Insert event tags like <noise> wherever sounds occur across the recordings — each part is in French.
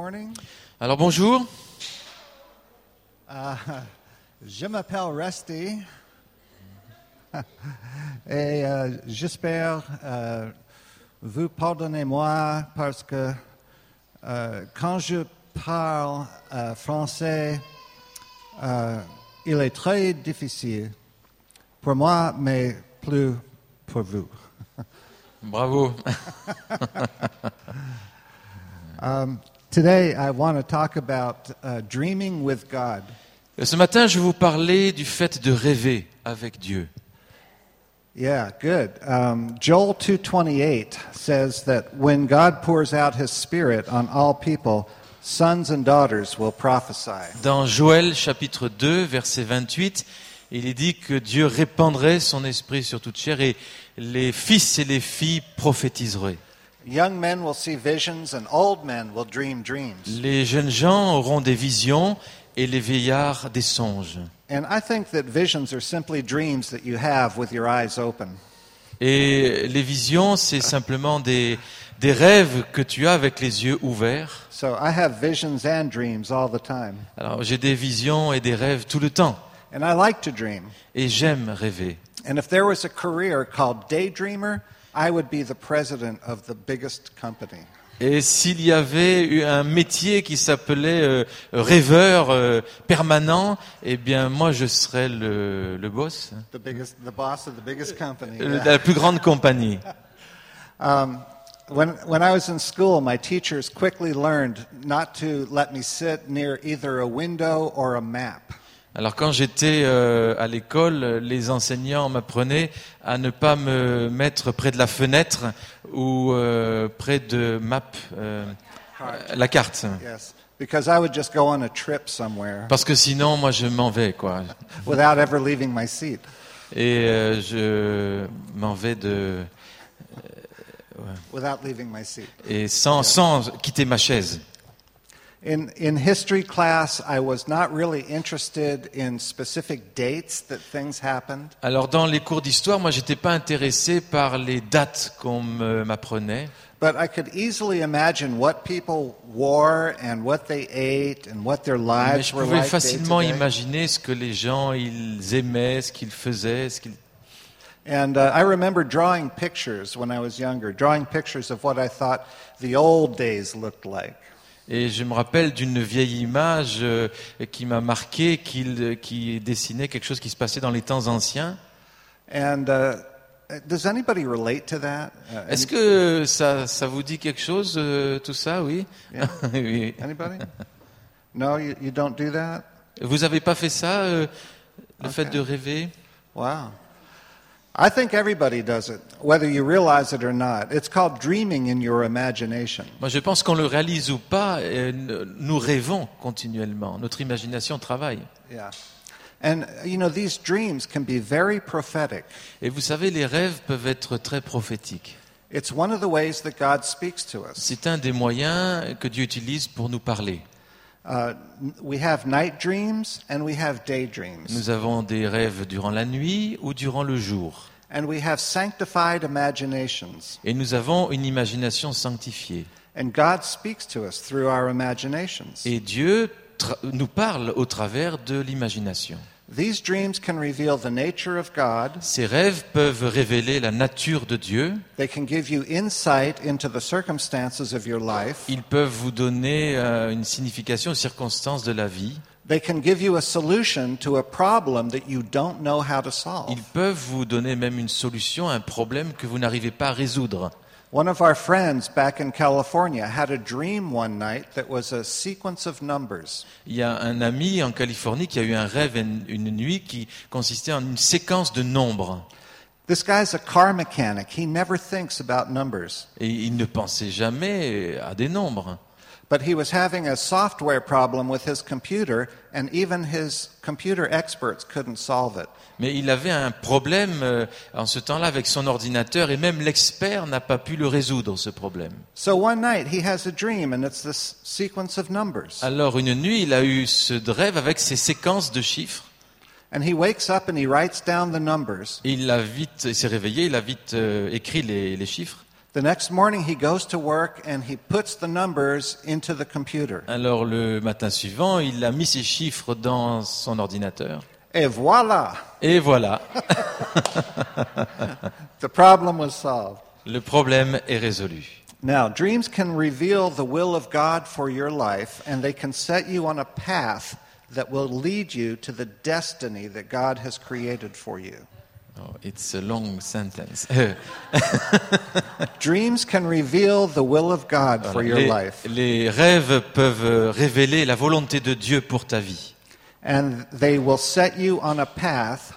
morning. Alors bonjour, Je m'appelle Rusty <laughs> et euh, j'espère euh, vous pardonnez-moi parce que euh, quand je parle euh, français, euh, il est très difficile pour moi, mais plus pour vous. bravo. Today, I want to talk about uh, dreaming with God. Euh, Ce matin, je vais vous parler du fait de rêver avec Dieu. Yeah, good. Um, Joel 2:28 says that when God pours out his spirit on all people, sons and daughters will prophesy. Dans Joël chapitre 2, verset 28, il est dit que Dieu répandrait son esprit sur toute chair et les fils et les filles prophétiseraient. Young men will see visions and old men will dream dreams. Les jeunes gens auront des visions et les vieillards des songes. And I think that visions are simply dreams that you have with your eyes open. Et les visions, c'est simplement des, des rêves que tu as avec les yeux ouverts. So I have visions and dreams all the time. Alors j'ai des visions et des rêves tout le temps And I like to dream. et j'aime rêver. And if there was a career called daydreamer, I would be the president of the biggest company. Et s'il y avait eu un métier qui s'appelait euh, rêveur euh, permanent, eh bien moi je serais le, le boss The biggest, the boss of the biggest company. euh, yeah. de la plus grande compagnie. When, when I was in school, my teachers quickly learned not to let me sit near either a window or a map. Alors quand j'étais euh, à l'école, les enseignants m'apprenaient à ne pas me mettre près de la fenêtre ou euh, près de map, euh, euh, la carte. Yes, because I would just go on a trip somewhere Parce que sinon moi je m'en vais quoi. without ever leaving my seat. Et euh, je m'en vais de Without leaving my seat. et sans, sans quitter ma chaise. In, in history class, I was not really interested in specific dates that things happened. Alors dans les cours d'histoire, moi j'étais pas intéressé par les dates qu'on me- m'apprenait, But I could easily imagine what people wore and what they ate and what their mais lives je were pouvais like. day to facilement day. imaginer ce que les gens ils aimaient, ce qu'ils faisaient, ce qu'ils And uh, I remember drawing pictures when I was younger, drawing pictures of what I thought the old days looked like. et je me rappelle d'une vieille image euh, qui m'a marqué qu'il- qui dessinait quelque chose qui se passait dans les temps anciens. And uh, does anybody relate to that? Uh, any- Est-ce que ça ça vous dit quelque chose euh, tout ça, oui <laughs> Oui. anybody? No, you, you don't do that? Vous avez pas fait ça euh, le fait de rêver Wow. I think everybody does it, whether you realize it or not. It's called dreaming in your imagination. Moi, je pense qu'on le réalise ou pas, euh, n- nous rêvons continuellement. Notre imagination travaille. Yeah. And, uh, you know, these dreams can be very prophetic. Et vous savez, les rêves peuvent être très prophétiques. It's one of the ways that God speaks to us. C'est un des moyens que Dieu utilise pour nous parler. Uh, n- we have night dreams and we have daydreams. Nous avons des rêves durant la nuit ou durant le jour. And we have sanctified imaginations. Et nous avons une imagination sanctifiée. And God speaks to us through our imaginations. Et Dieu tra- nous parle au travers de l'imagination. These dreams can reveal the nature of God. Ces rêves peuvent révéler la nature de Dieu. They can give you insight into the circumstances of your life. Ils peuvent vous donner euh, une signification aux circonstances de la vie. They can give you a solution to a problem that you don't know how to Ils solve. peuvent vous donner même une solution à un problème que vous n'arrivez pas à résoudre. One of our friends back in California had a dream one night that was a sequence of numbers. Il y a un ami en Californie qui a eu un rêve une, une nuit qui consistait en une séquence de nombres. This guy's a car mechanic. He never thinks about numbers. Et il ne pensait jamais à des nombres. But he was having a software problem with his computer, and even his computer experts couldn't solve it. Mais il avait un problème euh, en ce temps-là avec son ordinateur et même l'expert n'a pas pu le résoudre, ce problème. So one night he has a dream, and it's this sequence of numbers. Alors une nuit, il a eu ce rêve avec ces séquences de chiffres. And he wakes up and he writes down the numbers. Et il a vite, il s'est réveillé, il a vite euh, écrit les- les chiffres. The next morning, he goes to work and he puts the numbers into the computer. Alors le matin suivant, il a mis ses chiffres dans son ordinateur. Et voila, Et voilà, the problem was solved. le problème est résolu. Now, dreams can reveal the will of God for your life, and they can set you on a path that will lead you to the destiny that God has created for you. Oh, it's a long sentence. <laughs> Euh, Dreams can reveal the will of God for your les, life, les rêves peuvent euh, révéler la volonté de Dieu pour ta vie. and they will set you on a path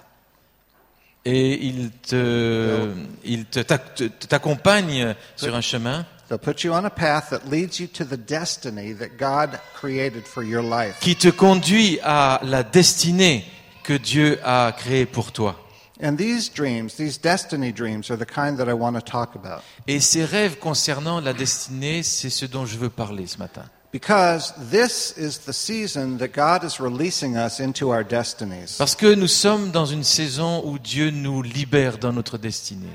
Et il te, il te t'ac- te- t'accompagne sur un chemin They'll put you on a path that leads you to the destiny that God created for your life. qui te conduit à la destinée que Dieu a créée pour toi. And these dreams, these destiny dreams, are the kind that I want to talk about Et ces rêves concernant la destinée, c'est ce dont je veux parler ce matin. because this is the season that God is releasing us into our destinies. Parce que nous sommes dans une saison où Dieu nous libère dans notre destinée.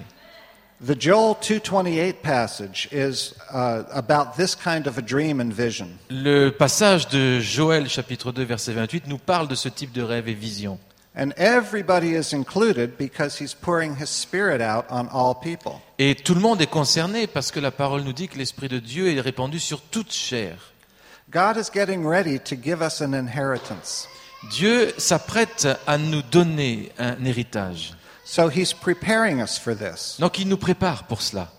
The Joel 2:28 passage is uh, about this kind of a dream and vision. Le passage de Joël chapitre 2 verset 28 nous parle de ce type de rêve et vision. And everybody is included because he's pouring his spirit out on all people. Et tout le monde est concerné parce que la parole nous dit que l'Esprit de Dieu est répandu sur toute chair. God is getting ready to give us an inheritance. Dieu s'apprête à nous donner un héritage. So he's preparing us for this. Donc il nous prépare pour cela.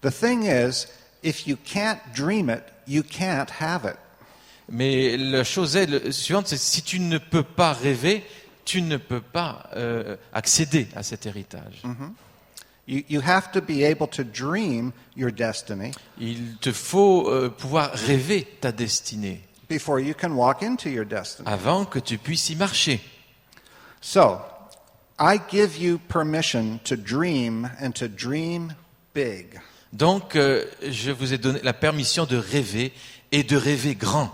The thing is, if you can't dream it, you can't have it. Mais la chose est, le- suivante, c'est si tu ne peux pas rêver, tu ne peux pas euh, accéder à cet héritage. You, you have to be able to dream your destiny Il te faut euh, pouvoir rêver ta destinée before you can walk into your destiny. avant que tu puisses y marcher. So, I give you permission to dream and to dream big. Donc euh, je vous ai donné la permission de rêver et de rêver grand.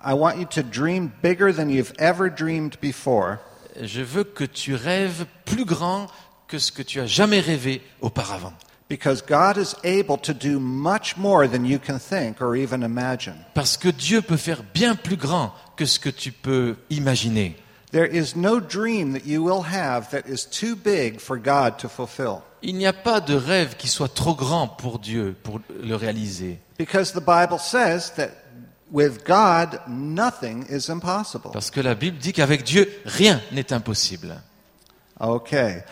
I want you to dream bigger than you've ever dreamed before, Je veux que tu rêves plus grand que ce que tu as jamais rêvé auparavant. because God is able to do much more than you can think or even imagine. Parce que Dieu peut faire bien plus grand que ce que tu peux imaginer. There is no dream that you will have that is too big for God to fulfill. Il n'y a pas de rêve qui soit trop grand pour Dieu pour le réaliser. Because the Bible says that with God, nothing is impossible. Parce que la Bible dit qu'avec Dieu, rien n'est impossible. Okay.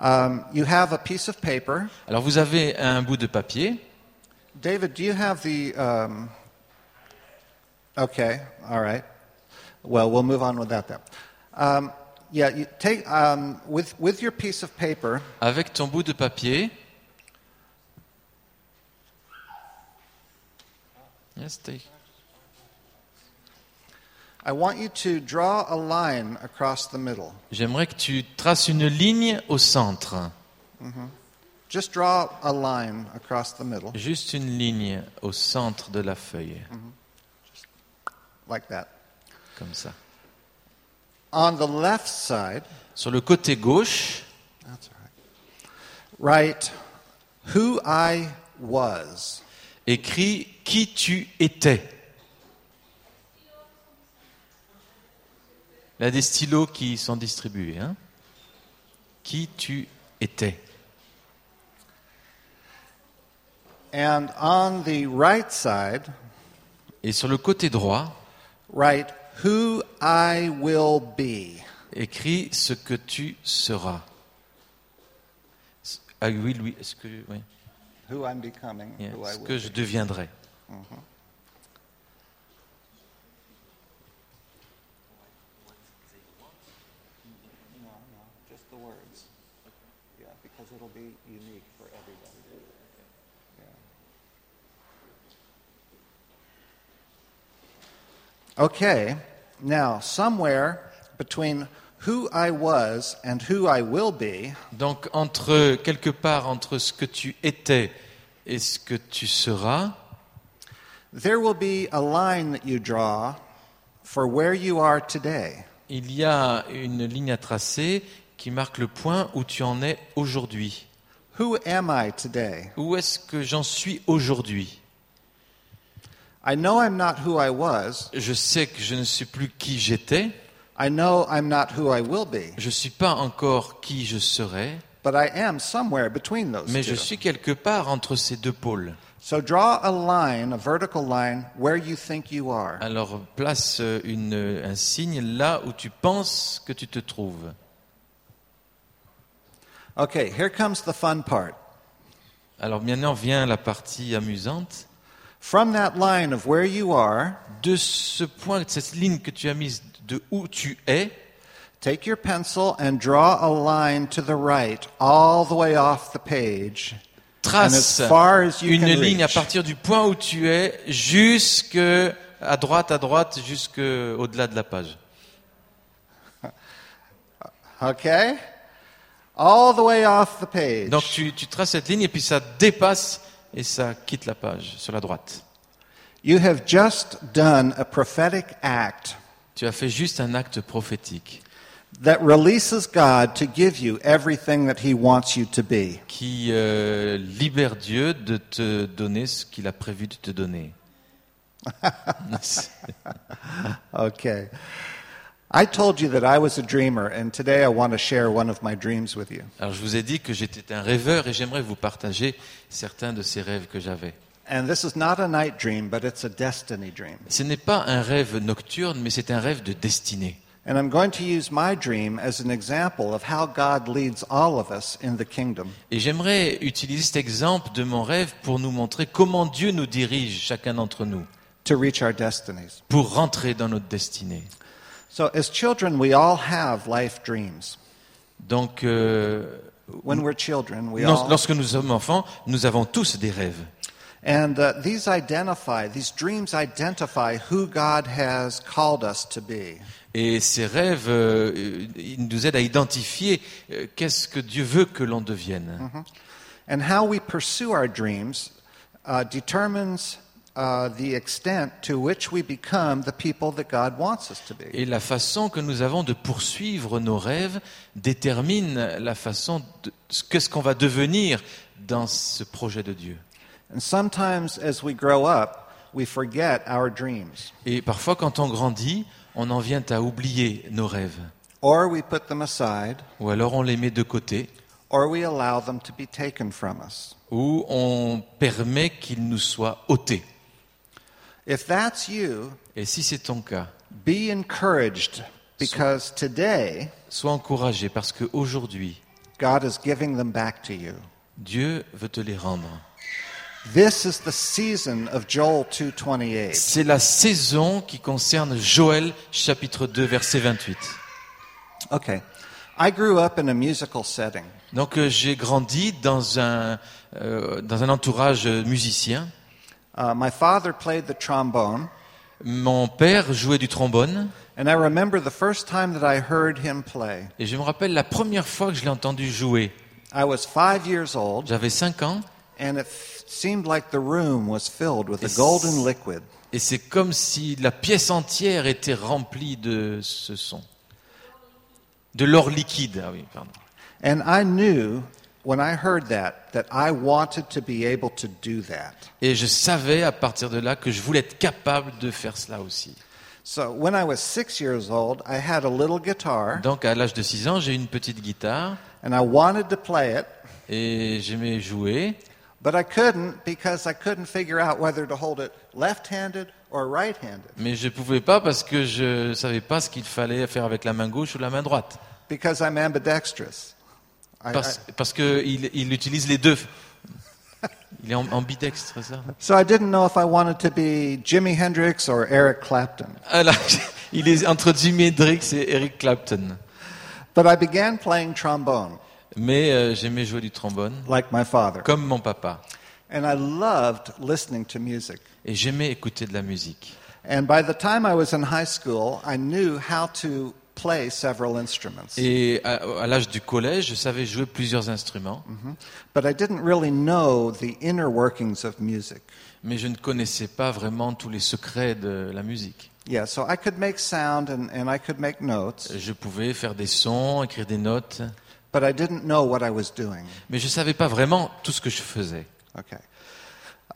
Um, you have a piece of paper. Alors vous avez un bout de papier. David, do you have the. Um, okay, all right. Well, we'll move on without that. Um, yeah, you take, um, with, with your piece of paper, Avec ton bout de papier. Yes, take- I want you to draw a line across the middle. J'aimerais que tu traces une ligne au centre. Just draw a line across the middle, Juste une ligne au centre de la feuille. like that. Comme ça. On the left side, Sur le côté gauche, That's all right. Write who I was. écris qui tu étais. Il y a des stylos qui sont distribués. hein. Qui tu étais. And on the right side, Et sur le côté droit, write who I will be. écris ce que tu seras. Ah oui, Louis, ce que, oui, Who I'm becoming. yeah, Who I ce will. que je deviendrai. No, no, just the words. Yeah, because it'll be unique for everybody. Okay, now somewhere between who I was and who I will be, Donc entre quelque part entre ce que tu étais et ce que tu seras, There will be a line that you draw for where you are today. il y a une ligne à tracer qui marque le point où tu en es aujourd'hui. Who am I today? Où est-ce que j'en suis aujourd'hui I know I'm not who I was. Je sais que je ne suis plus qui j'étais, I know I'm not who I will be. je ne suis pas encore qui je serai, But I am somewhere between those mais two. je suis quelque part entre ces deux pôles. So draw a line, a vertical line, where you think you are. Alors place euh, une, un signe là où tu penses que tu te trouves. Okay, here comes the fun part. Alors maintenant vient la partie amusante. From that line of where you are, De ce point, de cette ligne que tu as mise de où tu es, take your pencil and draw a line to the right, all the way off the page. trace And as far as you une can ligne à reach. partir du point où tu es jusque à droite, à droite, jusque au-delà de la page. Okay? All the way off the page. Donc tu, tu traces cette ligne et puis ça dépasse et ça quitte la page sur la droite. You have just done a prophetic act Tu as fait juste un acte prophétique that releases God to give you everything that He wants you to be. qui euh, libère Dieu de te donner ce qu'il a prévu de te donner. Okay. I told you that I was a dreamer, and today I want to share one of my dreams with you. Alors je vous ai dit que j'étais un rêveur et j'aimerais vous partager certains de ces rêves que j'avais. And this is not a night dream, but it's a destiny dream. Ce n'est pas un rêve nocturne, mais c'est un rêve de destinée. And I'm going to use my dream as an example of how God leads all of us in the kingdom. Et j'aimerais utiliser cet exemple de mon rêve pour nous montrer comment Dieu nous dirige, chacun d'entre nous, to reach our destinies. pour rentrer dans notre destinée. So, as children, we all have life dreams. Donc, euh, When we're children, we lors- all. lorsque nous sommes enfants, nous avons tous des rêves. And uh, these identify, these dreams identify who God has called us to be. Et ces rêves, euh, ils nous aident à identifier euh, qu'est-ce que Dieu veut que l'on devienne. And how we pursue our dreams uh, determines uh, the extent to which we become the people that God wants us to be. Et la façon que nous avons de poursuivre nos rêves détermine la façon de ce qu'est-ce qu'on va devenir dans ce projet de Dieu. And sometimes, as we grow up, we forget our dreams, Et parfois, quand on grandit, on en vient à oublier nos rêves. or we put them aside, Ou alors on les met de côté, or we allow them to be taken from us. ou on permet qu'ils nous soient ôtés. If that's you, Et si c'est ton cas, be encouraged because today sois encouragé parce qu'aujourd'hui, God is giving them back to you. Dieu veut te les rendre. This is the season of Joel 2:28. C'est la saison qui concerne Joël chapitre 2 verset 28. Okay. I grew up in a musical setting. Donc euh, j'ai grandi dans un, euh, dans un entourage euh, musicien. Uh, my father played the trombone, Mon père jouait du trombone and I remember the first time that I heard him play. et je me rappelle la première fois que je l'ai entendu jouer. I was 5 years old, J'avais 5 ans and it f- seemed like the room was filled with a Yes. golden liquid. et c'est comme si la pièce entière était remplie de ce son. De l'or liquide, ah oui, pardon. And I knew when I heard that that I wanted to be able to do that. Et je savais à partir de là que je voulais être capable de faire cela aussi. So when I was 6 years old, I had a little guitar Donc à l'âge de 6 ans, j'ai une petite guitare and I wanted to play it, et j'aimais jouer. but I couldn't because I couldn't figure out whether to hold it left-handed or right-handed Mais je pouvais pas parce que je savais pas ce qu'il fallait faire avec la main gauche ou la main droite. because I'm ambidextrous. I- Parce, I- parce que il, il utilise les deux. Il est amb- ambidextre, ça. so I didn't know if I wanted to be Jimi Hendrix or Eric Clapton. Alors, <laughs> il est entre Jimi Hendrix et Eric Clapton. But I began playing trombone Mais euh, j'aimais jouer du trombone, like my father, comme mon papa. and I loved listening to music. Et j'aimais écouter de la musique. And by the time I was in high school, I knew how to play several instruments. Et à, à l'âge du collège, je savais jouer plusieurs instruments, But I didn't really know the inner workings of music. mais je ne connaissais pas vraiment tous les secrets de la musique. Yeah, so I could make sound and, and I could make notes, Je pouvais faire des sons, écrire des notes, but I didn't know what I was doing. mais je ne savais pas vraiment tout ce que je faisais. Okay.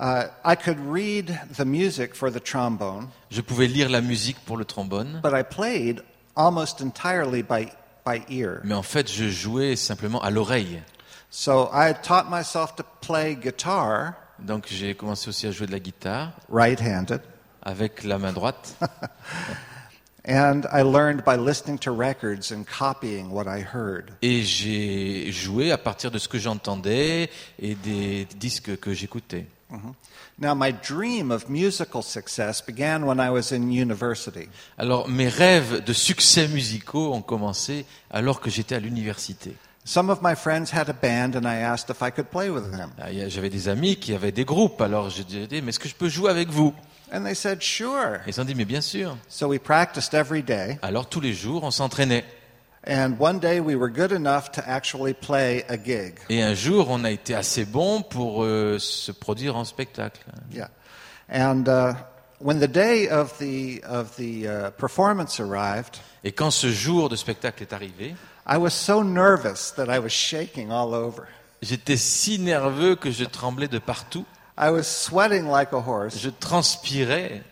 Uh, I could read the music for the trombone, Je pouvais lire la musique pour le trombone, but I played almost entirely by, by ear. mais en fait, je jouais simplement à l'oreille. So I had taught myself to play guitar Donc j'ai commencé aussi à jouer de la guitare right handed, avec la main droite. and I learned by listening to records and copying what I heard. Et j'ai joué à partir de ce que j'entendais et des disques que j'écoutais. Now, my dream of musical success began when I was in university. Alors mes rêves de succès musicaux ont commencé alors que j'étais à l'université. Some of my friends had a band, and I asked if I could play with them. Ah, il y a- J'avais des amis qui avaient des groupes, alors je disais, mais est-ce que je peux jouer avec vous And they said, sure. Ils ont dit, mais bien sûr. So we practiced every day, Alors tous les jours, on s'entraînait. and one day we were good enough to actually play a gig. Et un jour, on a été assez bon pour euh, se produire en spectacle. Yeah. And uh, when the day of the, of the uh, performance arrived, Et quand ce jour de spectacle est arrivé, I was so nervous that I was shaking all over. j'étais si nerveux que je tremblais de partout. I was sweating like a horse, Je transpirais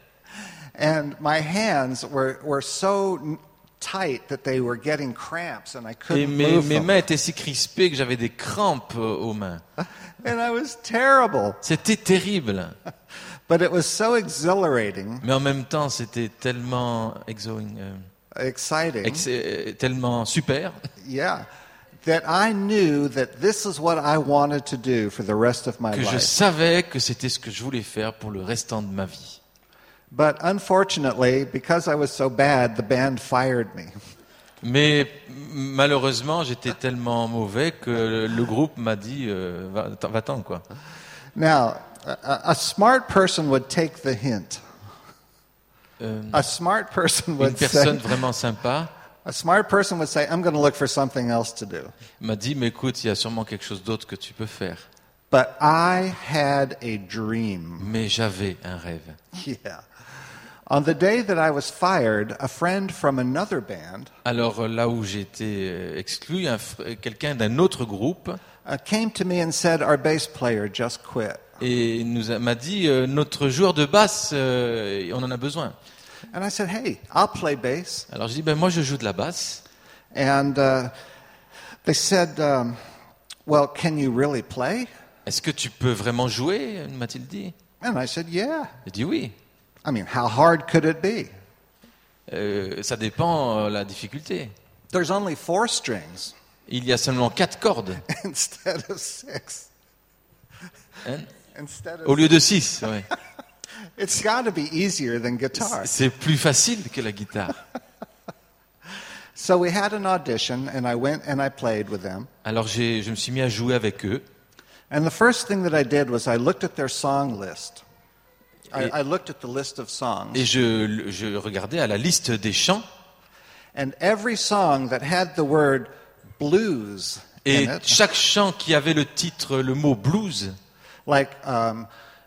and my hands were, were so n- tight that they were getting cramps, and I et couldn't mes, move mes them. mains étaient si crispées que j'avais des crampes euh, aux mains. And I was terrible, C'était terrible, but it was so exhilarating, mais en même temps, c'était tellement exo- euh, exciting, ex- euh, tellement super yeah, that I knew that this is what I wanted to do for the rest of my que je life. savais que c'était ce que je voulais faire pour le restant de ma vie. But unfortunately, because I was so bad, the band fired me. Mais malheureusement, j'étais tellement mauvais que le groupe m'a dit euh, va- t'en- va-t'en quoi. Now, a- a, a smart person would take the hint. Euh, A smart person une would personne say, vraiment sympa a smart person would say, I'm going to look for something else to do. m'a dit mais écoute, il y a sûrement quelque chose d'autre que tu peux faire. But I had a dream. <laughs> Mais j'avais un rêve. Yeah. On the day that I was fired, a friend from another band Alors euh, là où j'ai été euh, exclu, un fr- euh, quelqu'un d'un autre groupe uh, came to me and said, Our bass player just quit. et il nous a- m'a dit euh, notre joueur de basse, euh, on en a besoin. And I said, Hey, I'll play bass. Alors je dis ben moi je joue de la basse. And uh, they said, um, Well, can you really play? Est-ce que tu peux vraiment jouer m'a-t-il dit. And I said, Yeah. J'ai dit oui. I mean, how hard could it be? Euh, ça dépend euh, la difficulté. There's only four strings <laughs> Il y a seulement quatre cordes instead of six. hein, Instead au of, lieu de six. ouais. it's got to be easier than guitar. C'est plus facile que la guitare. So we had an audition, and I went and I played with them. Alors j'ai- je me suis mis à jouer avec eux. And the first thing that I did was I looked at their song list. I, Et- I looked at the list of songs, Et je, je regardais à la liste des chants and every song that had the word blues et in it, chaque chant qui avait le titre, le mot blues, like um,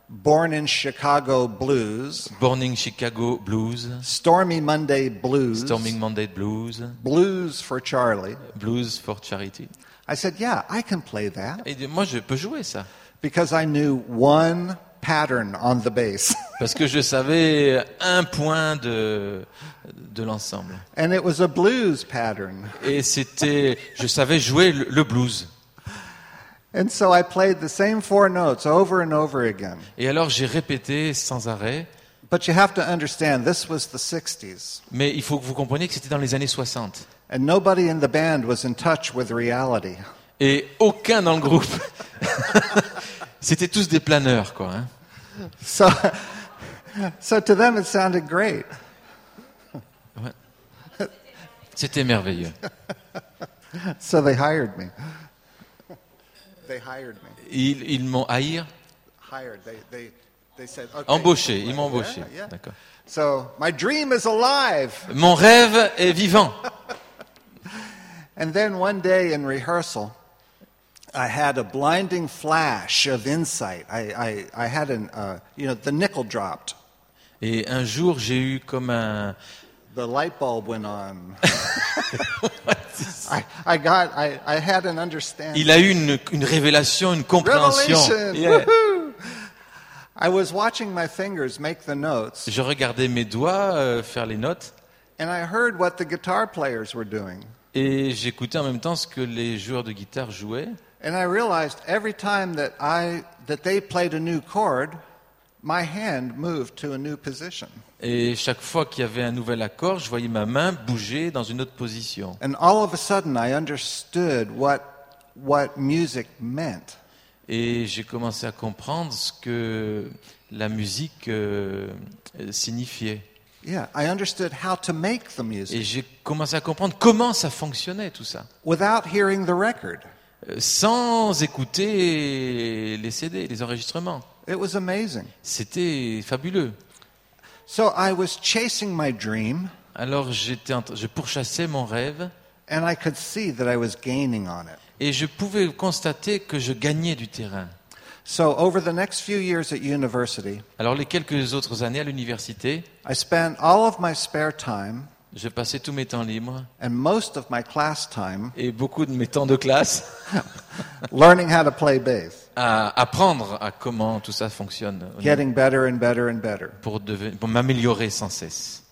Born in Chicago Blues, Burning Chicago Blues, Stormy Monday Blues, Storming Monday Blues, Blues for Charlie, Blues for Charity. I said, Yeah, I can play that Et moi je peux jouer ça because I knew one pattern on the bass. <laughs> parce que je savais un point de, de l'ensemble. and it was a blues pattern. Et c'était, je savais jouer le, le blues. And so I played the same four notes over and over again. Et alors j'ai répété sans arrêt. But you have to understand, this was the 60s, Mais il faut que vous compreniez que c'était dans les années 60. and nobody in the band was in touch with reality. <laughs> Et aucun dans le groupe. <laughs> C'était tous des planeurs, quoi. hein. So, <laughs> so to them, it sounded great. C'était merveilleux. So they hired me. They hired me. Ils, ils m'ont haïr, Hired. They, they, they said, okay. embauché. Ils m'ont embauché. Yeah, yeah. D'accord. So my dream is alive. Mon rêve est vivant. And then one day in rehearsal, I had a blinding flash of insight. I, I, I had an, uh, you know, the nickel dropped, Et un jour, j'ai eu comme un. <laughs> the light bulb went on. I, I got, I, I had an understanding. Il a eu une, une révélation, une compréhension. Revelation. Yeah. Woohoo! I was watching my fingers make the notes, Je regardais mes doigts euh, faire les notes and I heard what the guitar players were doing. et j'écoutais en même temps ce que les joueurs de guitare jouaient. And I realized every time that I that they played a new chord, my hand moved to a new position. Et chaque fois qu'il y avait un nouvel accord, je voyais ma main bouger dans une autre position. And all of a sudden I understood what what music meant. Et j'ai commencé à comprendre ce que la musique euh, signifiait. Yeah, I understood how to make the music Et j'ai commencé à comprendre comment ça fonctionnait tout ça, without hearing the record. Euh, sans écouter les CD, les enregistrements. It was amazing. C'était fabuleux. So I was chasing my dream Alors j'étais, en tra- je pourchassais mon rêve and I could see that I was gaining on it. et je pouvais constater que je gagnais du terrain. So over the next few years at university, Alors les quelques autres années à l'université, I spent all of my spare time je passais tous mes temps libres and most of my class time et beaucoup de mes temps de classe learning how to play <laughs> bass, à apprendre à comment tout ça fonctionne au niveau- getting better and better and better. pour, deven- pour m'améliorer sans cesse.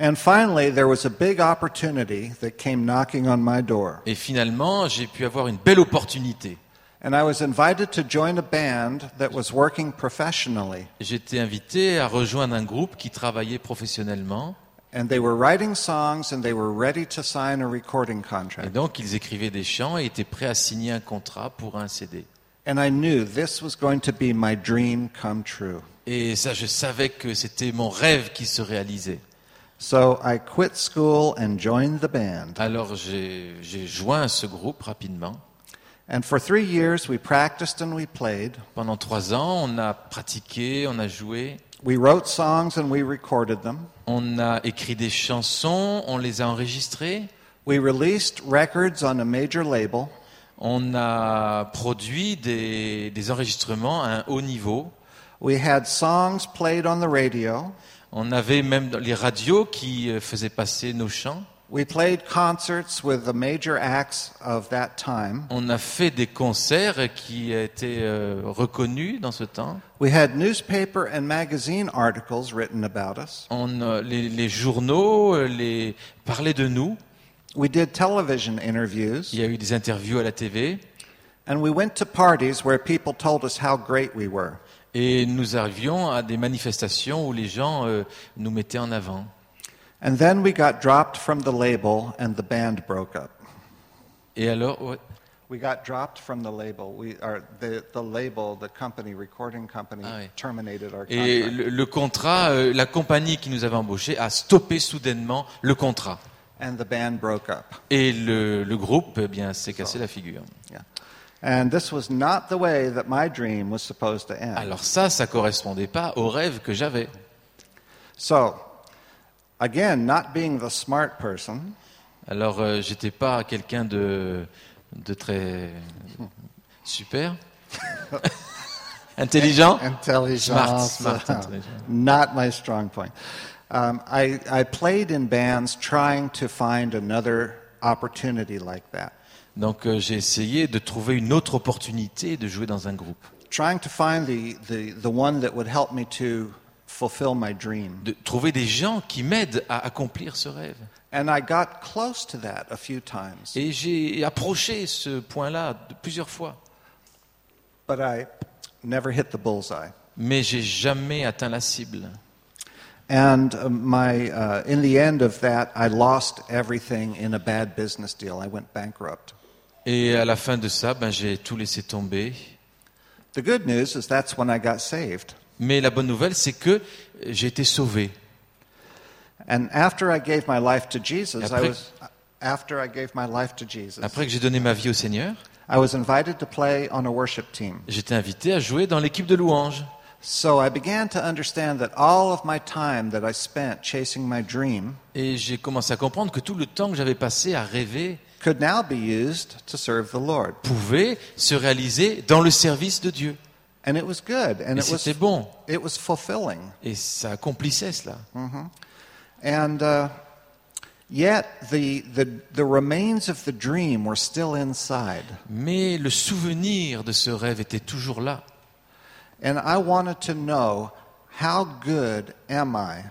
And finally, there was a big opportunity that came knocking on my door. Et finalement, j'ai pu avoir une belle opportunité. And I was invited to join a band that was working professionally. J'étais invité à rejoindre un groupe qui travaillait professionnellement And they were writing songs and they were ready to sign a recording et contract. donc ils écrivaient des chants et étaient prêts à signer un contrat pour un CD. And I knew this was going to be my dream come true. Et ça, je savais que c'était mon rêve qui se réalisait. So I quit school and joined the band. Alors j'ai j'ai joint ce groupe rapidement. And for three years, we practiced and we played. Pendant trois ans, on a pratiqué, on a joué, We wrote songs and we recorded them. on a écrit des chansons, on les a enregistrées, We released records on a major label. on a produit des, des enregistrements à un haut niveau. We had songs played on the radio. On avait même dans les radios qui euh, faisaient passer nos chants. We played concerts with the major acts of that time. On a fait des concerts qui étaient euh, reconnus dans ce temps. We had newspaper and magazine articles written about us. On, euh, les, les journaux euh, les, parlaient de nous. We did television interviews. Il y a eu des interviews à la TV And we went to parties where people told us how great we were. et nous arrivions à des manifestations où les gens euh, nous mettaient en avant. And then we got dropped from the label and the band broke up. Et alors, ouais. We got dropped from the label. We are the, the label, the company, recording company, Ah, oui. terminated our et contract. le, le contrat, euh, la compagnie qui nous avait embauchés a stoppé soudainement le contrat. and the band broke up. Et le, le groupe, eh bien, s'est cassé la figure. Yeah. And this was not the way that my dream was supposed to end. Alors ça, ça correspondait pas au rêve que j'avais. So, again, not being the smart person, Alors, euh, j'étais pas quelqu'un de, de très super, intelligent. intelligence, Smart, <laughs> smart, intelligent. not my strong point. Um, I, I played in bands trying to find another opportunity like that, Donc, euh, j'ai essayé de trouver une autre opportunité de jouer dans un groupe, trying to find the, the, the one that would help me to fulfill my dream. de trouver des gens qui m'aident à accomplir ce rêve. And I got close to that a few times, Et j'ai approché ce point-là de- plusieurs fois, but I never hit the bullseye. mais j'ai jamais atteint la cible. And uh, my, uh, in the end of that, I lost everything in a bad business deal. I went bankrupt. Et à la fin de ça, ben, j'ai tout laissé tomber. The good news is that's when I got saved. Mais la bonne nouvelle, c'est que euh, j'ai été sauvé. And after I gave my life to Jesus, I Après- was uh, after I gave my life to Jesus, Après que j'ai donné ma vie au Seigneur, I was invited to play on a worship team. j'étais invité à jouer dans l'équipe de louanges. So I began to understand that all of my time that I spent chasing my dream Et j'ai commencé à comprendre que tout le temps que j'avais passé à rêver could now be used to serve the Lord. pouvait se réaliser dans le service de Dieu. And it was good and Et it was c'était bon. it was fulfilling. Et ça accomplissait cela. And uh, Yet the, the, the remains of the dream were still inside. Mais le souvenir de ce rêve était toujours là. And I wanted to know how good am I?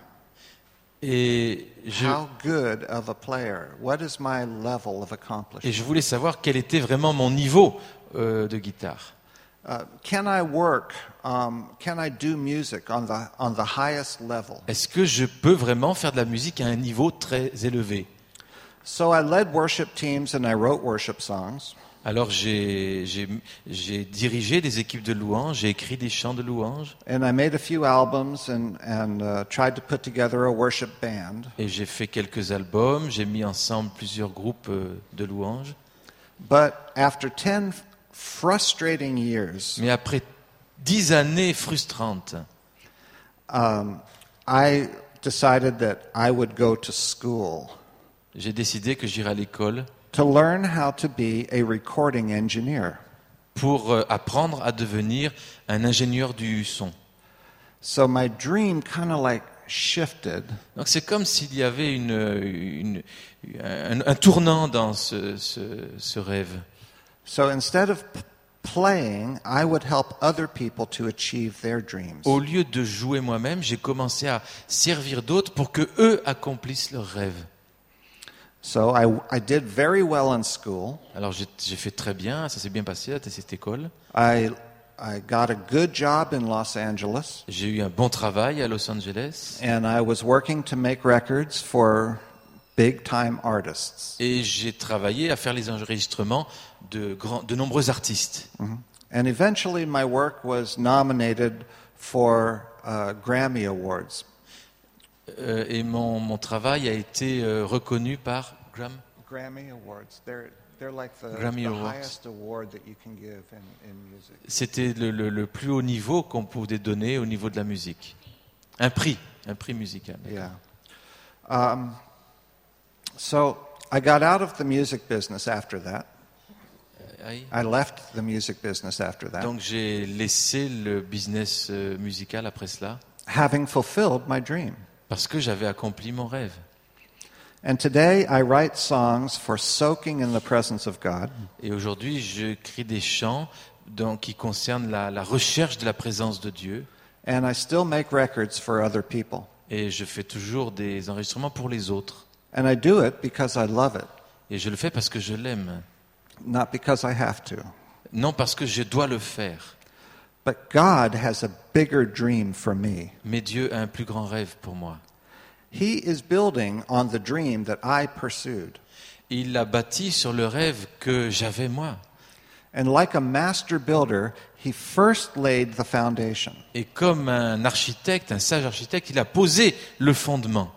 Et je, How good of a player? What is my level of et accomplishment? je voulais savoir quel était vraiment mon niveau euh, de guitare. Uh, can I work? Um, can I do music on the, on the highest level? Est-ce que je peux vraiment faire de la musique à un niveau très élevé So I led worship teams and I wrote worship songs. Alors j'ai j'ai- j'ai dirigé des équipes de louanges, j'ai écrit des chants de louanges And I made a few albums and, and uh, tried to put together a worship band. et j'ai fait quelques albums, j'ai mis ensemble plusieurs groupes euh, de louanges. But after 10 frustrating years, Mais après dix années frustrantes, um, I decided that I would go to school j'ai décidé que j'irais à l'école to learn how to be a recording engineer. pour euh, apprendre à devenir un ingénieur du son. So my dream kind of like shifted Donc c'est comme s'il y avait une, euh, une- un, un tournant dans ce, ce- ce rêve. So instead of p- playing, I would help other people to achieve their dreams. Au lieu de jouer moi-même, j'ai commencé à servir d'autres pour que eux accomplissent leurs rêves. So I, I did very well in school. Alors j'ai j'ai fait très bien, ça s'est bien passé à cette école. I, I got a good job in Los Angeles, J'ai eu un bon travail à Los Angeles and I was working to make records for big time artists. et j'ai travaillé à faire les enregistrements de, grands- de nombreux artistes. And eventually, my work was nominated for uh, Grammy Awards. Euh, et mon, mon travail a été euh, reconnu par Graham. Grammy Awards, they're, they're like the, Grammy the Awards. highest award that you can give in, in music. C'était le, le- le plus haut niveau qu'on pouvait donner au niveau de la musique. Un prix, un prix musical. Yeah. Um, so I got out of the music business after that. Aïe. I left the music business after that, Donc j'ai laissé le business euh, musical après cela having fulfilled my dream. parce que j'avais accompli mon rêve. And today I write songs for soaking in the presence of God, Et aujourd'hui, j'écris des chants dans- qui concernent la, la recherche de la présence de Dieu. and I still make records for other people. Et je fais toujours des enregistrements pour les autres. And I do it because I love it, Et je le fais parce que je l'aime. not because I have to. Non parce que je dois le faire. But God has a bigger dream for me. Mais Dieu a un plus grand rêve pour moi. He is building on the dream that I pursued. Il l'a bâti sur le rêve que j'avais moi. And like a master builder, he first laid the foundation, Et comme un architecte, un sage architecte, il a posé le fondement.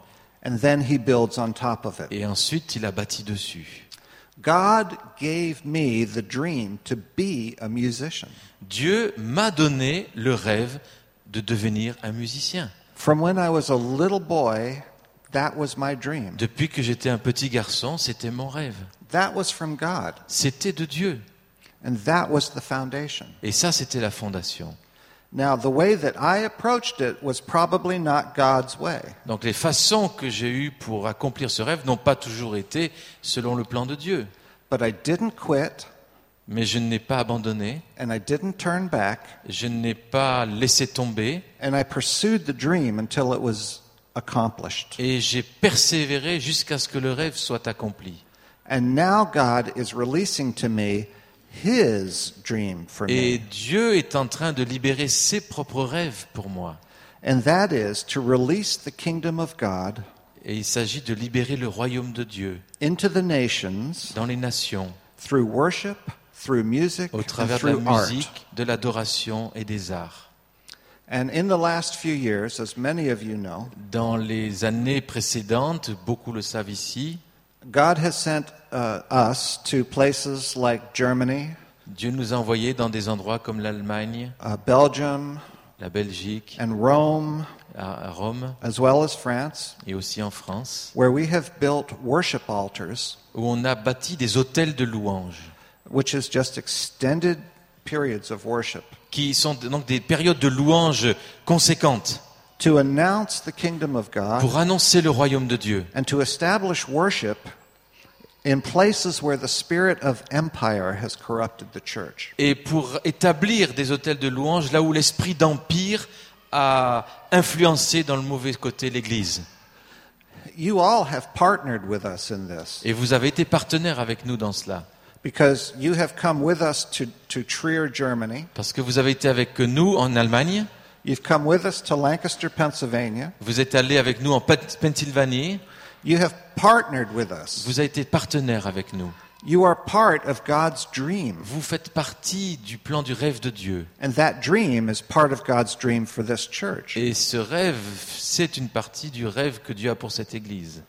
and then he builds on top of it. Et ensuite, il a bâti dessus. God gave me the dream to be a musician. Dieu m'a donné le rêve de devenir un musicien. From when I was a little boy, that was my dream. Depuis que j'étais un petit garçon, c'était mon rêve. That was from God, C'était de Dieu. and that was the foundation. Et ça, c'était la fondation. Now, the way that I approached it was probably not God's way. Donc les façons que j'ai eues pour accomplir ce rêve n'ont pas toujours été selon le plan de Dieu. But I didn't quit, Mais je ne l'ai pas abandonné, and I didn't turn back, je ne l'ai pas laissé tomber, and I pursued the dream until it was accomplished. et j'ai persévéré jusqu'à ce que le rêve soit accompli. And now God is releasing to me his dream for Et me. Dieu est en train de libérer ses propres rêves pour moi. And that is to release the kingdom of God Et il s'agit de libérer le royaume de Dieu into the nations dans les nations, through worship, through music, au and travers de la through art. musique, de l'adoration et des arts. And in the last few years, as many of you know, Dans les années précédentes, beaucoup le savent ici, God has sent uh, us to places like Germany, Dieu nous a envoyés dans des endroits comme l'Allemagne, uh, Belgium, la Belgique, and Rome, à à Rome as well as France, et aussi en France, where we have built worship altars, où on a bâti des hôtels de louanges, which is just extended periods of worship. qui sont donc des périodes de louanges conséquentes to announce the kingdom of God pour annoncer le royaume de Dieu and to establish worship in places where the spirit of empire has corrupted the church. et pour établir des hôtels de louange là où l'esprit d'empire a influencé dans le mauvais côté l'Église. You all have partnered with us in this Et vous avez été partenaire avec nous dans cela, because you have come with us to, to Trier, Germany. parce que vous avez été avec nous en Allemagne, You've come with us to Lancaster, Pennsylvania. vous êtes allé avec nous en Pen- Pennsylvanie, You have partnered with us. vous avez été partenaire avec nous. You are part of God's dream, Vous faites partie du plan du rêve de Dieu. and that dream is part of God's dream for this church. Et ce rêve, c'est une partie du rêve que Dieu a pour cette Église.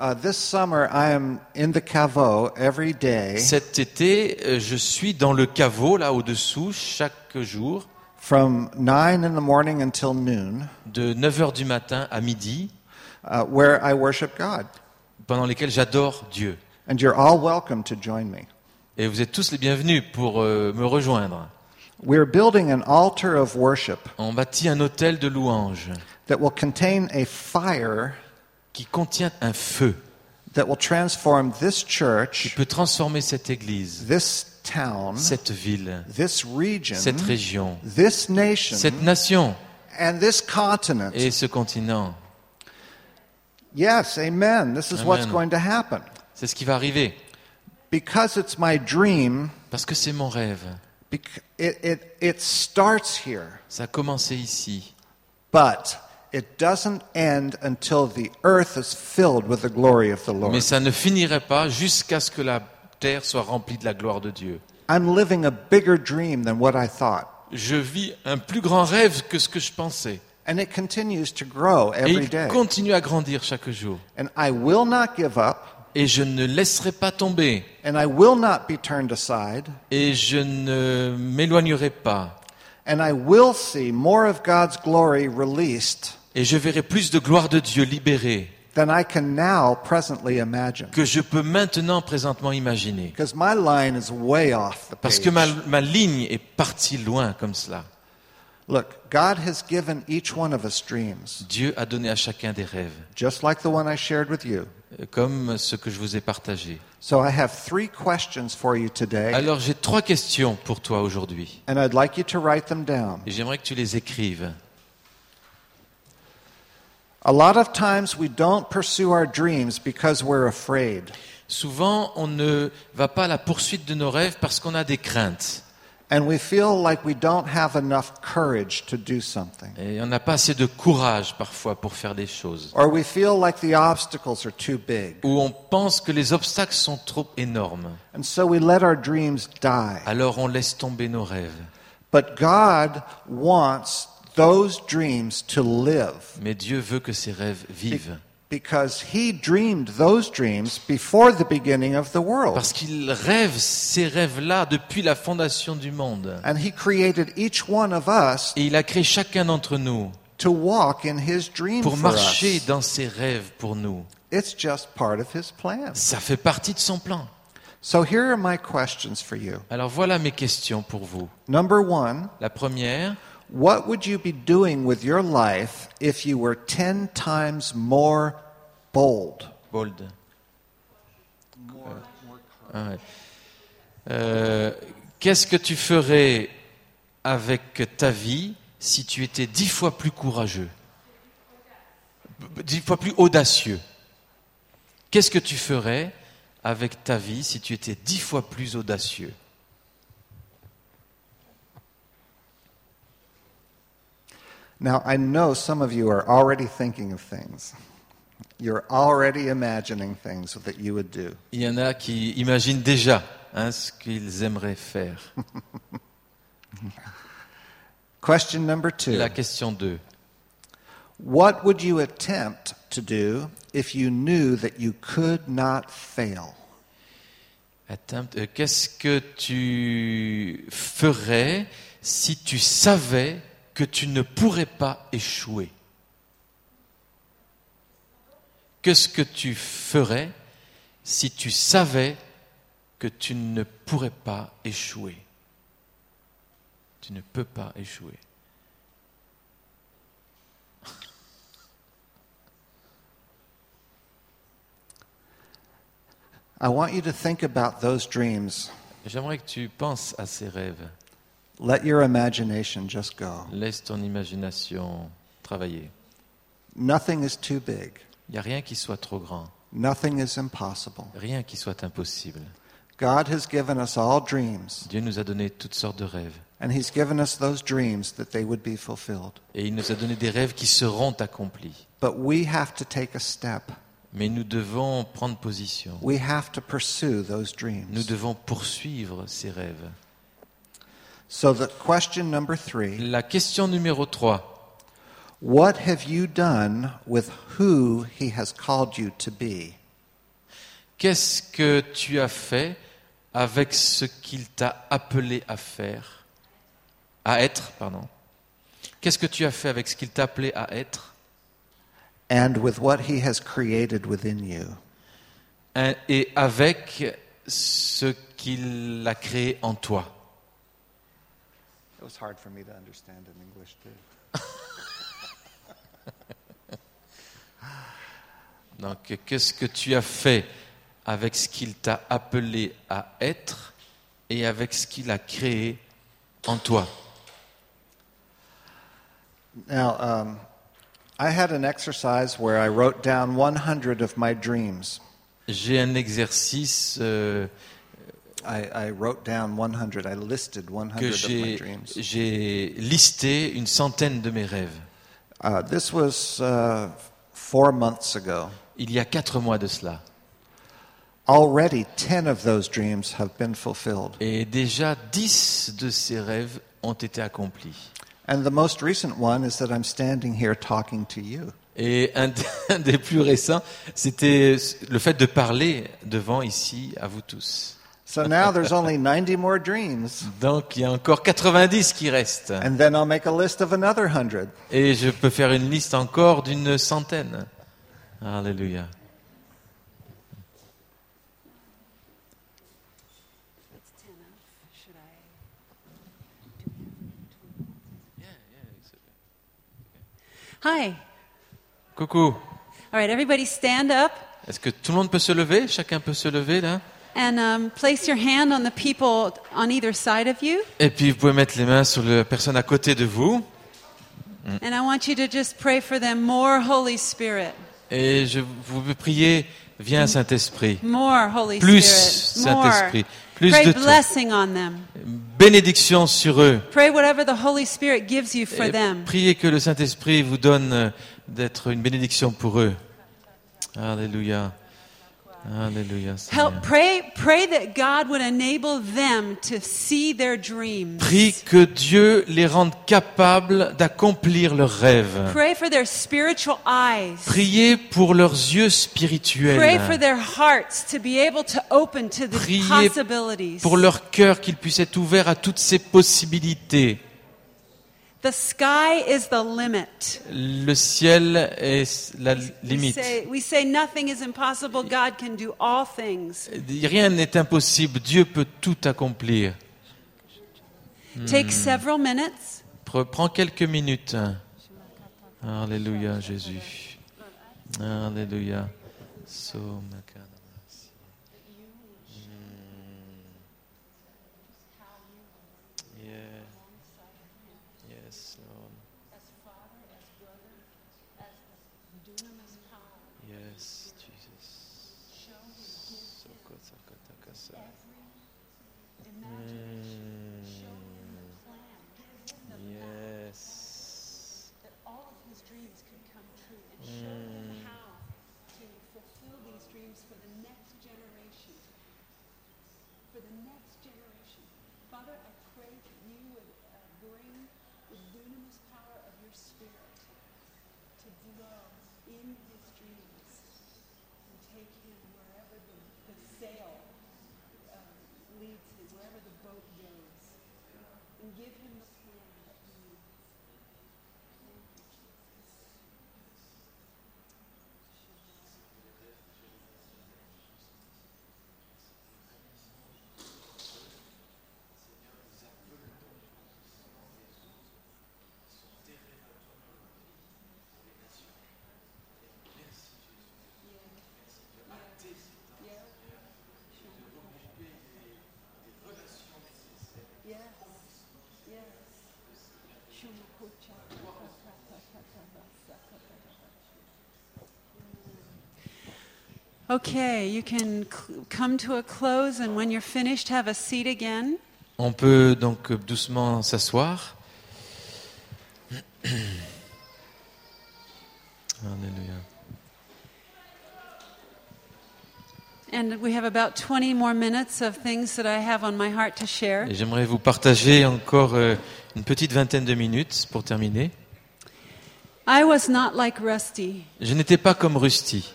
Uh, this summer, I am in the Caveau every day Cet été, euh, je suis dans le caveau, là au-dessous, chaque jour, from 9 in the morning until noon, de 9h du matin à midi, uh, where I worship God. pendant lesquels j'adore Dieu. And you're all welcome to join me. Et vous êtes tous les bienvenus pour euh, me rejoindre. We're building an altar of worship On bâtit un hôtel de louanges that will contain a fire qui contient un feu that will transform this qui church, peut transformer cette église, this town, cette ville, this region, cette région, this nation, cette nation and this continent. et ce continent. Yes, amen. This is what's Amen. going to happen. C'est ce qui va arriver. Because it's my dream, Parce que c'est mon rêve. bec- it, it, it starts here, Ça a commencé ici. but it doesn't end until the earth is filled with the glory of the Lord. Mais ça ne finirait pas jusqu'à ce que la terre soit remplie de la gloire de Dieu. I'm living a bigger dream than what I thought. Je vis un plus grand rêve que ce que je pensais. And it continues to grow Et every il day. continue à grandir chaque jour. And I will not give up, Et je ne laisserai pas tomber. and I will not be turned aside, Et je ne m'éloignerai pas. and I will see more of God's glory released Et je verrai plus de gloire de Dieu libérée than I can now presently imagine. que je peux maintenant présentement imaginer. Because my line is way off the Parce page. que ma, ma ligne est partie loin comme cela. Look, God has given each one of us dreams, Dieu a donné à chacun des rêves, just like the one I shared with you. euh, comme ce que je vous ai partagé. So I have three questions for you today, Alors j'ai trois questions pour toi aujourd'hui. and I'd like you to write them down. Et j'aimerais que tu les écrives. A lot of times we don't pursue our dreams because we're afraid. Souvent, on ne va pas à la poursuite de nos rêves parce qu'on a des craintes. And we feel like we don't have enough courage to do something. Et on n'a pas assez de courage parfois pour faire des choses. Or we feel like the obstacles are too big. Ou on pense que les obstacles sont trop énormes. And so we let our dreams die. Alors on laisse tomber nos rêves. But God wants those dreams to live Mais Dieu veut que ces rêves vivent. because He dreamed those dreams before the beginning of the world. Parce qu'il rêve ces rêves-là depuis la fondation du monde. And He created each one of us Et il a créé chacun d'entre nous to walk in His dream pour for us. marcher dans ses rêves pour nous. It's just part of His plan. Ça fait partie de son plan. So here are my questions for you. Alors voilà mes questions pour vous. Number one, La première, What would you be doing with your life if you were 10 times more bold? bold. Ah ouais. Euh, Qu'est-ce que tu ferais avec ta vie si tu étais dix fois plus courageux, b- dix fois plus audacieux Qu'est-ce que tu ferais avec ta vie si tu étais dix fois plus audacieux Now, I know some of you are already thinking of things. You're already imagining things that you would do. Il y en a qui imaginent déjà hein, ce qu'ils aimeraient faire. Question number two La question 2. What would you attempt to do if you knew that you could not fail? Attempt, euh, Qu'est-ce que tu ferais si tu savais que tu ne pourrais pas échouer Qu'est-ce que tu ferais si tu savais que tu ne pourrais pas échouer Tu ne peux pas échouer. I want you to think about those dreams. J'aimerais que tu penses à ces rêves. Let your imagination just go. Laisse ton imagination travailler. Nothing is too big. Il n'y a rien qui soit trop grand, Nothing is impossible. rien qui soit impossible. God has given us all dreams, Dieu nous a donné toutes sortes de rêves. and He's given us those dreams that they would be fulfilled. Et il nous a donné des rêves qui seront accomplis. But we have to take a step. Mais nous devons prendre position. We have to pursue those Nous dreams. devons poursuivre ces rêves. So, the question number three La question numéro 3. what have you done with who He has called you to be? Qu'est-ce que tu as fait avec ce qu'il t'a appelé à faire À être, pardon. Qu'est-ce que tu as fait avec ce qu'il t'a appelé à être and with what he has created within you. hein, et avec ce qu'il a créé en toi It was hard for me to understand in English, too. Donc, qu'est-ce que tu as fait avec ce qu'il t'a appelé à être et avec ce qu'il a créé en toi Now, um, I had an exercise where I wrote down 100 of my dreams. J'ai un exercice euh, I, I wrote down 100. I listed que 100 of my j'ai dreams. j'ai listé une centaine de mes rêves Uh, this was uh, four months ago. il y a quatre mois de cela. Already, 10 of those dreams have been fulfilled. Et déjà dix de ces rêves ont été accomplis. And the most recent one is that I'm standing here talking to you. Et un, d- <laughs> un des plus récents, c'était le fait de parler devant ici à vous tous. So now there's only 90 more dreams. Donc il y a encore 90 qui restent. And then I'll make a list of another 100. Et je peux faire une liste encore d'une centaine. Alléluia. That's ten of, should I? Hi. Coucou. All right, everybody stand up Est-ce que tout le monde peut se lever Chacun peut se lever là and um, place your hand on the people on either side of you. Et puis vous pouvez mettre les mains sur la personne à côté de vous. Mm. And I want you to just pray for them more Holy Spirit. Et je vous veux prier, viens Saint-Esprit. More Holy Plus Spirit. Saint-Esprit. More. Plus pray de toi. blessing on them. Bénédiction sur eux. Pray whatever the Holy Spirit gives you for Et them. Priez que le Saint-Esprit vous donne euh, d'être une bénédiction pour eux. Alléluia. Alléluia. Seigneur. Help pray pray that God would enable them to see their dreams. Prie que Dieu les rende capables d'accomplir leurs rêves. Pray for their spiritual eyes. Priez pour leurs yeux Pray for spirituels. their hearts to be able to open to the Priez possibilities. Pour leur cœur qu'ils puissent être ouverts à toutes ces possibilités. The sky is the limit. Le ciel est la We limite. say, we say nothing is impossible. God can do all things. Rien n'est impossible. Dieu peut tout accomplir. Hmm. Take several minutes. Pre- Prends quelques minutes. Alléluia, Jésus. Alléluia. So, Makana. Mm. Yeah. Yes, Lord. Yes, Jesus. Soko, soko, taka, so. Mm. Yes. uh, Okay, you can cl- come to a close, and when you're finished, have a seat again. On peut donc doucement s'asseoir. <coughs> Alléluia. And we have about 20 more minutes of things that I have on my heart to share. Et j'aimerais vous partager encore euh, une petite vingtaine de minutes pour terminer. I was not like Rusty. Je n'étais pas comme Rusty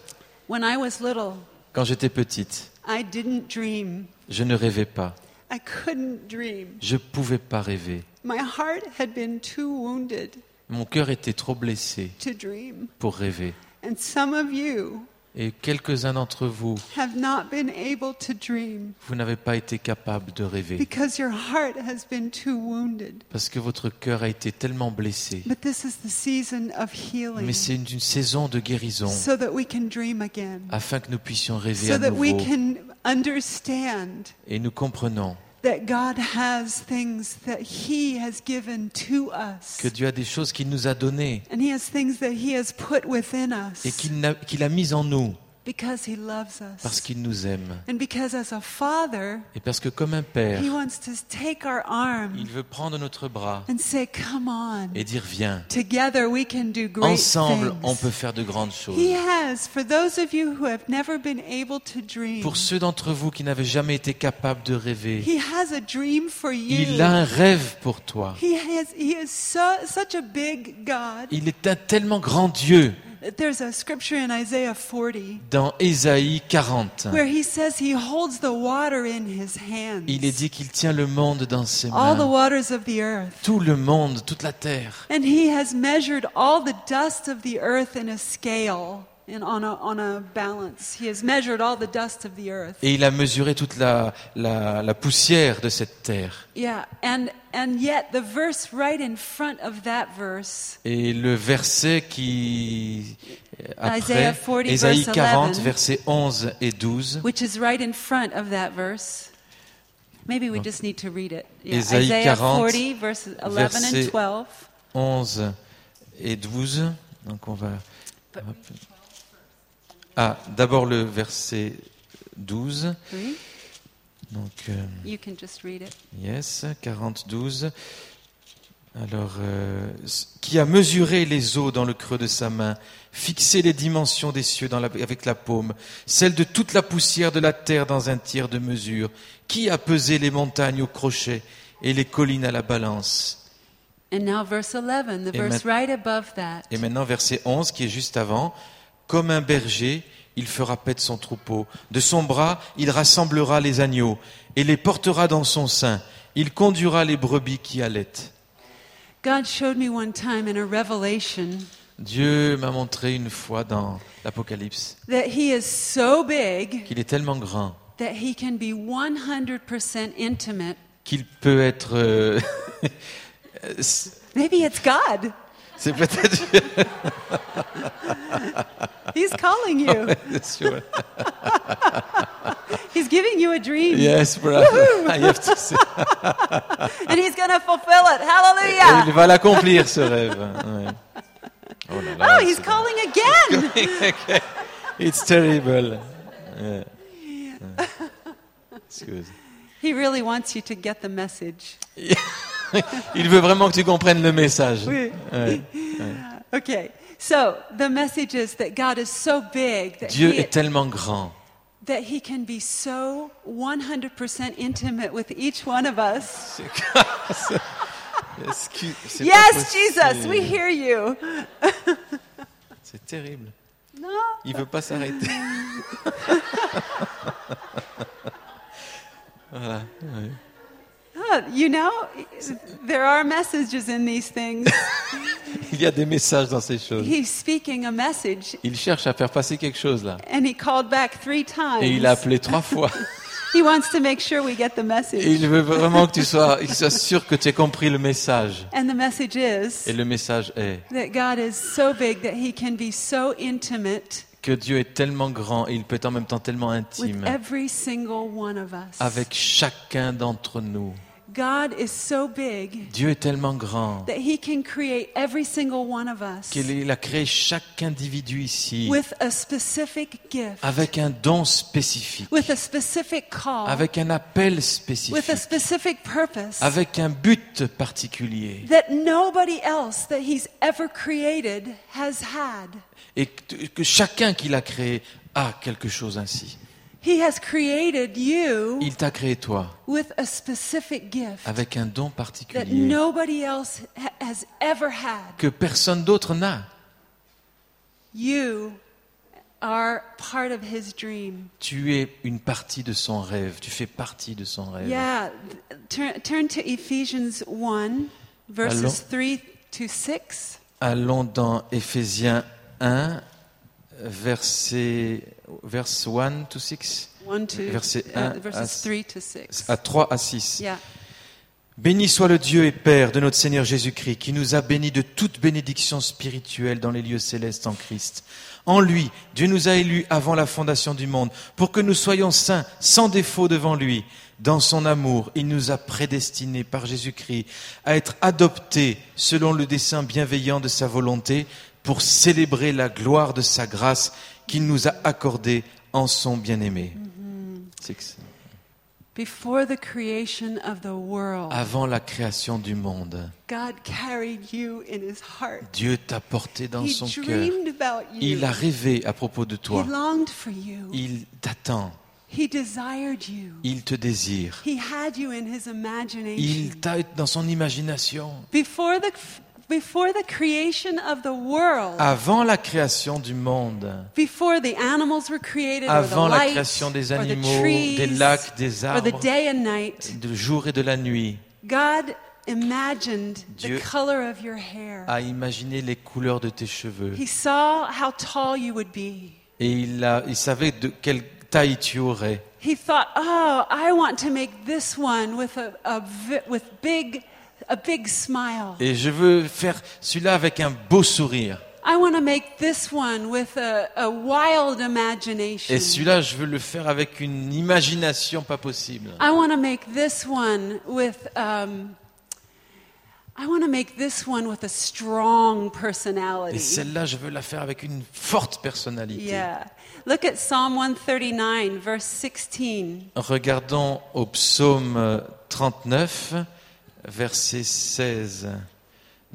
When I was little, quand j'étais petite. I didn't dream. Je ne rêvais pas. I couldn't dream. Je pouvais pas rêver. My heart had been too wounded Mon cœur était trop blessé to dream. pour rêver. And some of you Et quelques-uns d'entre vous, have not been able to dream vous n'avez pas été capable de rêver because your heart has been too wounded. parce que votre cœur a été tellement blessé. But this is the season of Mais healing c'est une, une saison de guérison so that we can dream again, afin que nous puissions rêver so à that we nouveau. can understand Et nous comprenons that God has things that He has given to us. que Dieu a des choses qu'il nous a données And He has things that He has put within et us qu'il n'a- qu'il a mises en nous because He loves parce us. qu'il nous aime. And because as a father, Et parce que comme un père, He wants to take our il arm veut prendre notre bras and say, Come on, et dire viens. together we can do great Ensemble, on peut things. faire de grandes choses. He has, for those of you who have never been able to dream, Pour ceux d'entre vous qui n'avaient jamais été capables de rêver, He has a dream for il a you. un rêve pour toi. He, has, he is so, such a big God. Il est un tellement grand Dieu There's a scripture in Isaiah 40 dans Ésaïe 40. where he says he holds the water in his hands. Il est dit qu'il tient le monde dans ses all the mains, waters of the earth. tout le monde, toute la terre. And he has measured all the dust of the earth in a scale and on a, on a balance. He has measured all the dust of the earth. Et il a mesuré toute la, la- la poussière de cette terre. Yeah, and and yet the verse right in front of that verse, Et le verset qui euh, après Isaiah 40, Ésaïe verse 40, 11. versets 11 et 12, which is right in front of that verse. Maybe we just need to read it. Yeah, Ésaïe Isaiah 40, 40 verses 11 verset- and 12. 11 et 12. Donc on va. hop. Ah, d'abord le verset 12. Three. Donc, euh, You can just read it. yes, 40, 12. Alors, euh, qui a mesuré les eaux dans le creux de sa main, fixé les dimensions des cieux dans la- avec la paume, celle de toute la poussière de la terre dans un tiers de mesure, qui a pesé les montagnes au crochet et les collines à la balance, And now verse 11, the Et verse maintenant- right above that. Et maintenant, verset 11, qui est juste avant. Comme un berger, il fera paître son troupeau. De son bras, il rassemblera les agneaux et les portera dans son sein. Il conduira les brebis qui allaitent. God showed me one time in a revelation Dieu m'a montré une fois dans l'Apocalypse that he is so big qu'il est tellement grand that he can be 100% intimate. qu'il peut être... euh, <laughs> Maybe it's God. C'est peut-être... <laughs> He's calling <laughs> Oh. you. He's giving you a dream Yes, brother. I have to say. and he's going to fulfill it. Hallelujah. Il va l'accomplir, ce rêve. Ouais. Oh là là, Oh, he's c'est- calling again. It's terrible. Yeah. Yeah. Excuse. He really wants you to get the message. Il veut vraiment que tu comprennes le message. Oui. Ouais. Okay. So, the message is that God is so big that Dieu he, est tellement grand that he can be so 100% intimate with each one of us. Est-ce que- c'est pas Yes, possible. Jesus, we hear you. C'est terrible. No. Il veut pas s'arrêter. voilà. ouais. Huh, You know, there are messages in these things. Il y a des messages dans ces choses. He's speaking a message, Il cherche à faire passer quelque chose là. and he called back three Et il a times. appelé trois fois. <laughs> He wants to make sure we get the Et il message. veut vraiment que tu sois, il soit sûr que tu aies compris le message. And the message is Et le message est that God is so big that he can be so intimate que Dieu est tellement grand et il peut être en même temps tellement with intime every single one of us. avec chacun d'entre nous. God is so big Dieu est tellement grand that He can create every single one of us qu'il il a créé chaque individu ici with a specific gift, avec un don spécifique, with a specific call, avec un appel with a spécifique, specific purpose avec un but particulier that nobody else that He's ever created has had. et que que chacun qu'il a créé a quelque chose ainsi. He has created you Il t'a créé toi with a specific gift avec un don that particulier nobody else ha- has ever had. que personne d'autre n'a. You are part of His dream. Tu es une partie de son rêve, tu fais partie de son rêve. Yeah, th- turn, turn to Ephesians 1, verses Allons. 3 to 6. Allons dans Éphésiens 1, verset, verse 1 to 6, 1 to, Verset uh, un à verses s- 3 to 6. à 3 à 6. Yeah. Béni soit le Dieu et Père de notre Seigneur Jésus-Christ, qui nous a bénis de toute bénédiction spirituelle dans les lieux célestes en Christ. En lui, Dieu nous a élus avant la fondation du monde, pour que nous soyons saints, sans défaut devant lui. Dans son amour, il nous a prédestinés par Jésus-Christ à être adoptés selon le dessein bienveillant de sa volonté, pour célébrer la gloire de sa grâce qu'il nous a accordée en son bien-aimé. Six. Before the creation of the world, Avant la création du monde. God carried you in His heart. Dieu t'a porté dans He son cœur. dreamed about you. Il a rêvé à propos de He toi. longed for you. Il t'attend. He desired you. Il te désire. He had you in his imagination. Il t'a dans son imagination. Before the before the creation of the world, Avant la création du monde, before the animals were created, or the avant la light, création des or the animaux, trees, des lacs, des or the arbres, Euh, day and night, du jour et de la nuit, God imagined the Dieu color of your hair. a imaginé les couleurs de tes cheveux. He saw how tall you would be. Et il, a, il savait de quelle taille tu aurais. He thought, "Oh, I want to make this one with a, a vi- with big a big smile. Et je veux faire celui-là avec un beau sourire. I want to make this one with a, a wild imagination. Et celui-là, je veux le faire avec une imagination pas possible. I want to make this one with. Um, I want to make this one with a strong personality. Et celle-là, je veux la faire avec une forte personnalité. Yeah. Look at Psalm 139, verse 16. Regardons au psaume 39, verset 16.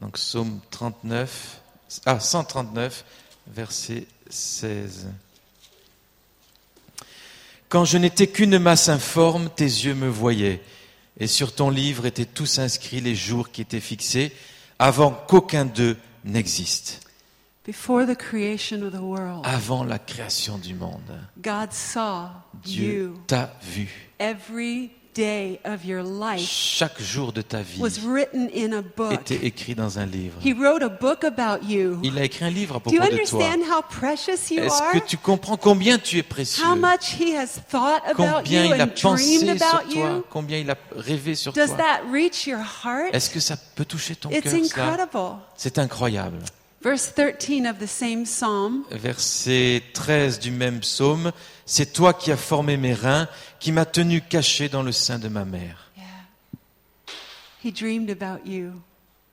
Donc psaume 39, ah 139, verset 16. Quand je n'étais qu'une masse informe, tes yeux me voyaient, et sur ton livre étaient tous inscrits les jours qui étaient fixés, avant qu'aucun d'eux n'existe, Before the creation of the world, avant la création du monde. God saw Dieu you. t'a vu. Every day of your life Chaque jour de ta vie was written in a book. était écrit dans un livre. He wrote a book about you. Il a écrit un livre à Do you propos de toi. understand how precious you Est-ce are? que tu comprends combien tu es précieux How much he has thought about Combien you il a and dreamed pensé sur toi about you? Combien il a rêvé sur Does toi that reach your heart? Est-ce que ça peut toucher ton It's cœur cela incredible. C'est incroyable. Verse 13 of the same psalm Verset 13 du même psaume. C'est toi qui as formé mes reins, qui m'as tenu caché dans le sein de ma mère. Yeah. He dreamed about you.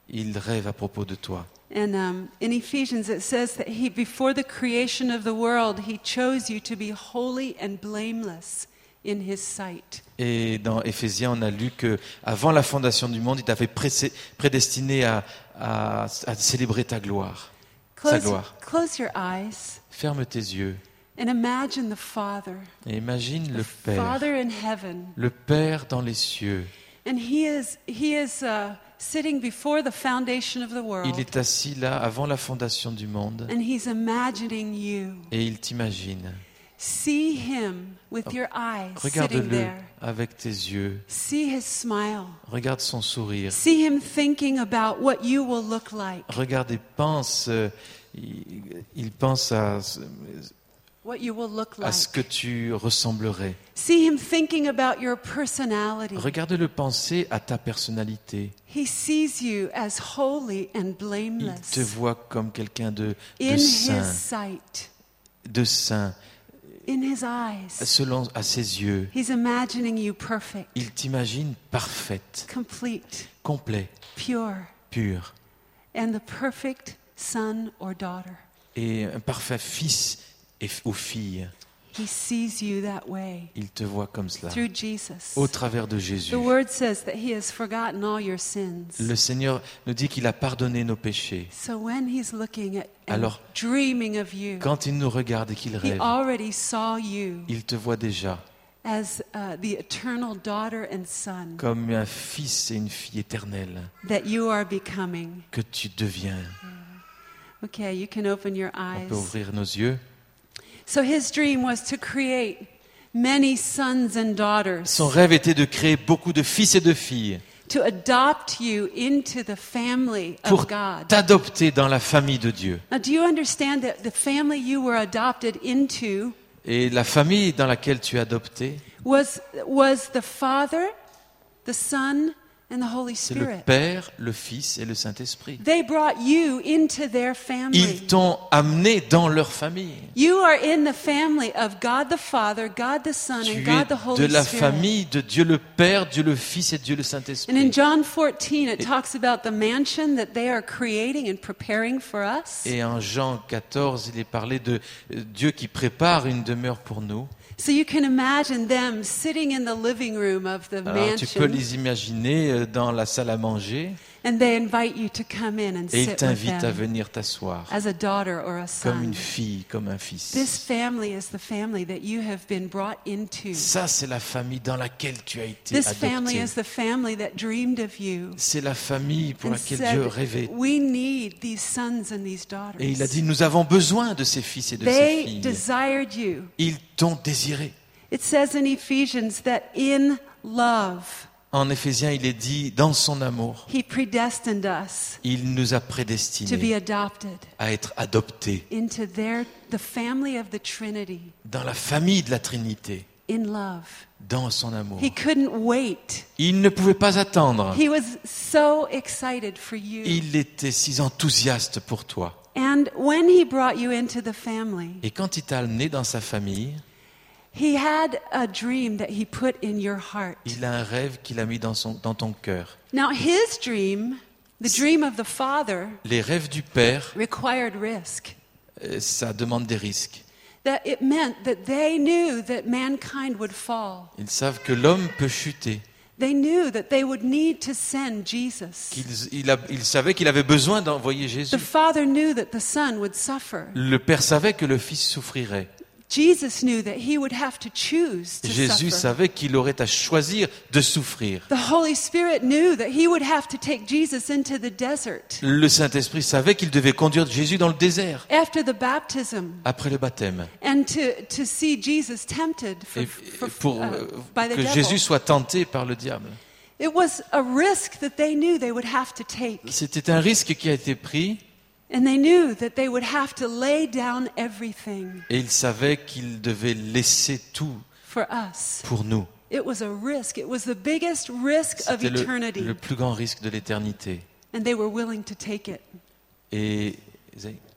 Il rêve à propos de toi. And um, in Ephesians, it says that he, before the creation of the world, he chose you to be holy and blameless in his sight. Et dans Éphésiens, on a lu que avant la fondation du monde, il t'avait pressé- prédestiné à, à- à célébrer ta gloire. Sa Close, gloire. close your eyes Ferme tes yeux and imagine the Father, et imagine le Père, Father in heaven. le Père dans les cieux. And he is, he is uh, sitting before the foundation of the Il world, est assis là avant la fondation du monde and he's imagining you. et il t'imagine. See him with your eyes sitting Regarde-le there. avec tes yeux. See his smile. Regarde son sourire. See him thinking about what you will look like, Regarde et pense. euh, Il il pense à, ce- what you will look à like. ce que tu ressemblerais. See him thinking about your personality. Regarde-le penser à ta personnalité. He sees you as holy and Il te blameless voit comme quelqu'un de, de in his saint, sight. de saint, in his eyes. selon à ses yeux. He's imagining you perfect, Il t'imagine parfaite, complete, complet, pure, pur and the perfect son or daughter. et un parfait fils et, f- ou fille. He sees you that way Il te voit comme cela through Jesus. au travers de Jésus. The word says that he has forgotten all your sins. Le Seigneur nous dit qu'il a pardonné nos péchés. So when he's looking at and Alors, dreaming of you, Quand il nous regarde et qu'il he rêve, already saw you il te voit déjà as uh, the eternal daughter and son comme un fils et une fille éternelle that you are becoming. que tu deviens. Okay, you can open your On peut eyes. ouvrir nos yeux. So his dream was to create many sons and daughters, Son rêve était de créer beaucoup de fils et de filles to adopt you into the family pour of God. t'adopter dans la famille de Dieu. Now, do you understand that the family you were adopted into Et la famille dans laquelle tu es adopté, was, was the Father, the Son, and the Holy c'est le Spirit? Père, le Fils et le Saint-Esprit. They brought you into their family. Ils t'ont amené dans leur famille. You are in the family of God the Father, God the Son, Tu and es God the de Holy la Spirit. famille de Dieu le Père, Dieu le Fils et Dieu le And in Saint-Esprit. John 14, it talks about the mansion that they are creating and preparing for us. Et en Jean 14, il est parlé de euh, Dieu qui prépare une demeure pour nous. So you can imagine them sitting in the living room of the Alors, Hein, Ah, tu peux mansion, les imaginer euh, dans la salle à manger and they invite you to come in and et il sit with t'invite à them venir t'asseoir as a daughter or a comme une son. fille, comme un fils. This family is the family that you have been brought into. Ça, c'est la famille dans laquelle tu as été This adopté. family is the family that dreamed of you C'est la famille pour and laquelle Dieu rêvait. said, "We need these sons and these Et il a dit, daughters." nous avons besoin de ces fils et de ces They filles. desired you. Ils t'ont désiré. It says in Ephesians that in love En Éphésiens, il est dit, dans son amour, he predestined us il nous a to be prédestinés adopted à être adoptés into their the family of the Trinity dans la famille de la Trinité, in love. dans son amour. He couldn't wait. Il ne pouvait pas attendre. He was so excited for you. Il était si enthousiaste pour toi. And when he brought you into the family, Et quand il t'a amené dans sa famille, he had a dream that he put in your heart. il a un rêve qu'il a mis dans, son, dans ton cœur. Now, his dream, the dream of the Father, Les rêves du Père, required risk. euh, ça demande des risques. That it meant that they knew that mankind would fall. Ils savent que l'homme peut chuter. They knew that they would need to send Jesus. Qu'ils- il, a- il savait qu'il avait besoin d'envoyer The Jésus. Father knew that the Son would suffer. Le Père savait que le Fils souffrirait. Jesus knew that he would have to choose to Jésus suffer. savait qu'il aurait à choisir de souffrir. The Holy Spirit knew that he would have to take Jesus into the desert. Le Saint-Esprit savait qu'il devait conduire Jésus dans le désert After the baptism, après le baptême. and to, to see Jesus tempted for, Et- et for- pour uh, euh, by the que devil. Jésus soit tenté par le diable. It was a risk that they knew they would have to take, C'était un risque qui a été pris and they knew that they would have to lay down everything et il savait qu'il devait laisser tout for us. pour nous. It was a risk. It was the biggest risk of C'était le, eternity, le plus grand risque de l'éternité. and they were willing to take it. Et,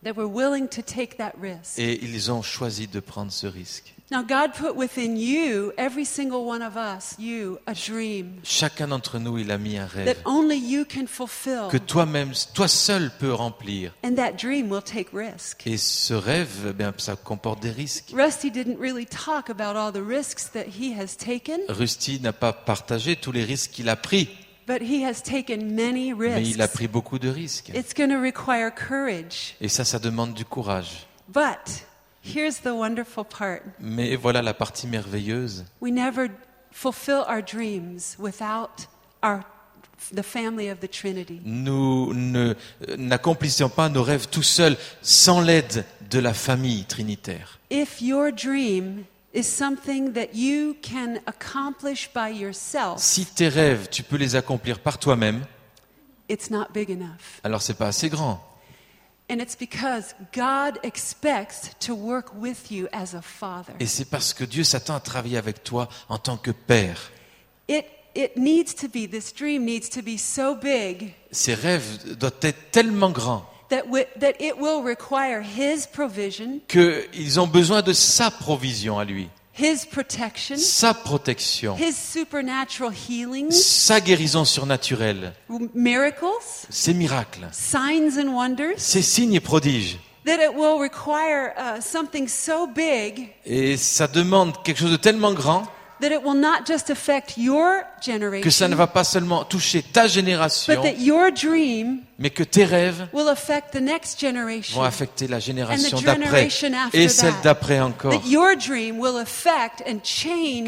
They were willing to take that risk. et ils ont choisi de prendre ce risque. Now, God put within you, every single one of us, you, a dream Chacun d'entre nous, il a mis un that rêve only you can fulfill, que toi-même, toi seul peux remplir. and that dream will take risk. Et ce rêve, eh bien, ça comporte des risques. Rusty didn't really talk about all the risks that he has taken, Uh. Rusty n'a pas partagé tous les risques qu'il a pris, but he has taken many mais il a risks. pris beaucoup de risques. It's going to require courage. Et ça, ça demande du courage. But here's the wonderful part Mais voilà la partie merveilleuse. we never fulfill our dreams without our, the family of the Trinity. Nous ne- euh, n'accomplissons pas nos rêves tout seuls sans l'aide de la famille trinitaire. If your dream is something that you can accomplish by yourself, Si tes rêves, tu peux les accomplir par toi-même, it's not big enough. alors c'est pas assez grand. And it's because God expects to work with you as a father. Et c'est parce que Dieu s'attend à travailler avec toi en tant que père. It, it needs to be, this dream needs to be so big Ces rêves doivent être tellement grands that, wi- that it will require His provision, qu'ils ont besoin de sa provision à lui, His protection, sa protection, His supernatural healing, sa guérison surnaturelle, miracles, ses miracles, signs, and wonders, ses signes et prodiges. that it will require uh, something so big Et ça demande quelque chose de tellement grand that it will not just affect your que ça ne generation, va pas seulement toucher ta but génération, that your dream mais que tes rêves will affect the next generation. vont affecter la génération And the d'après generation after et celle that. d'après encore. That your dream will affect and Que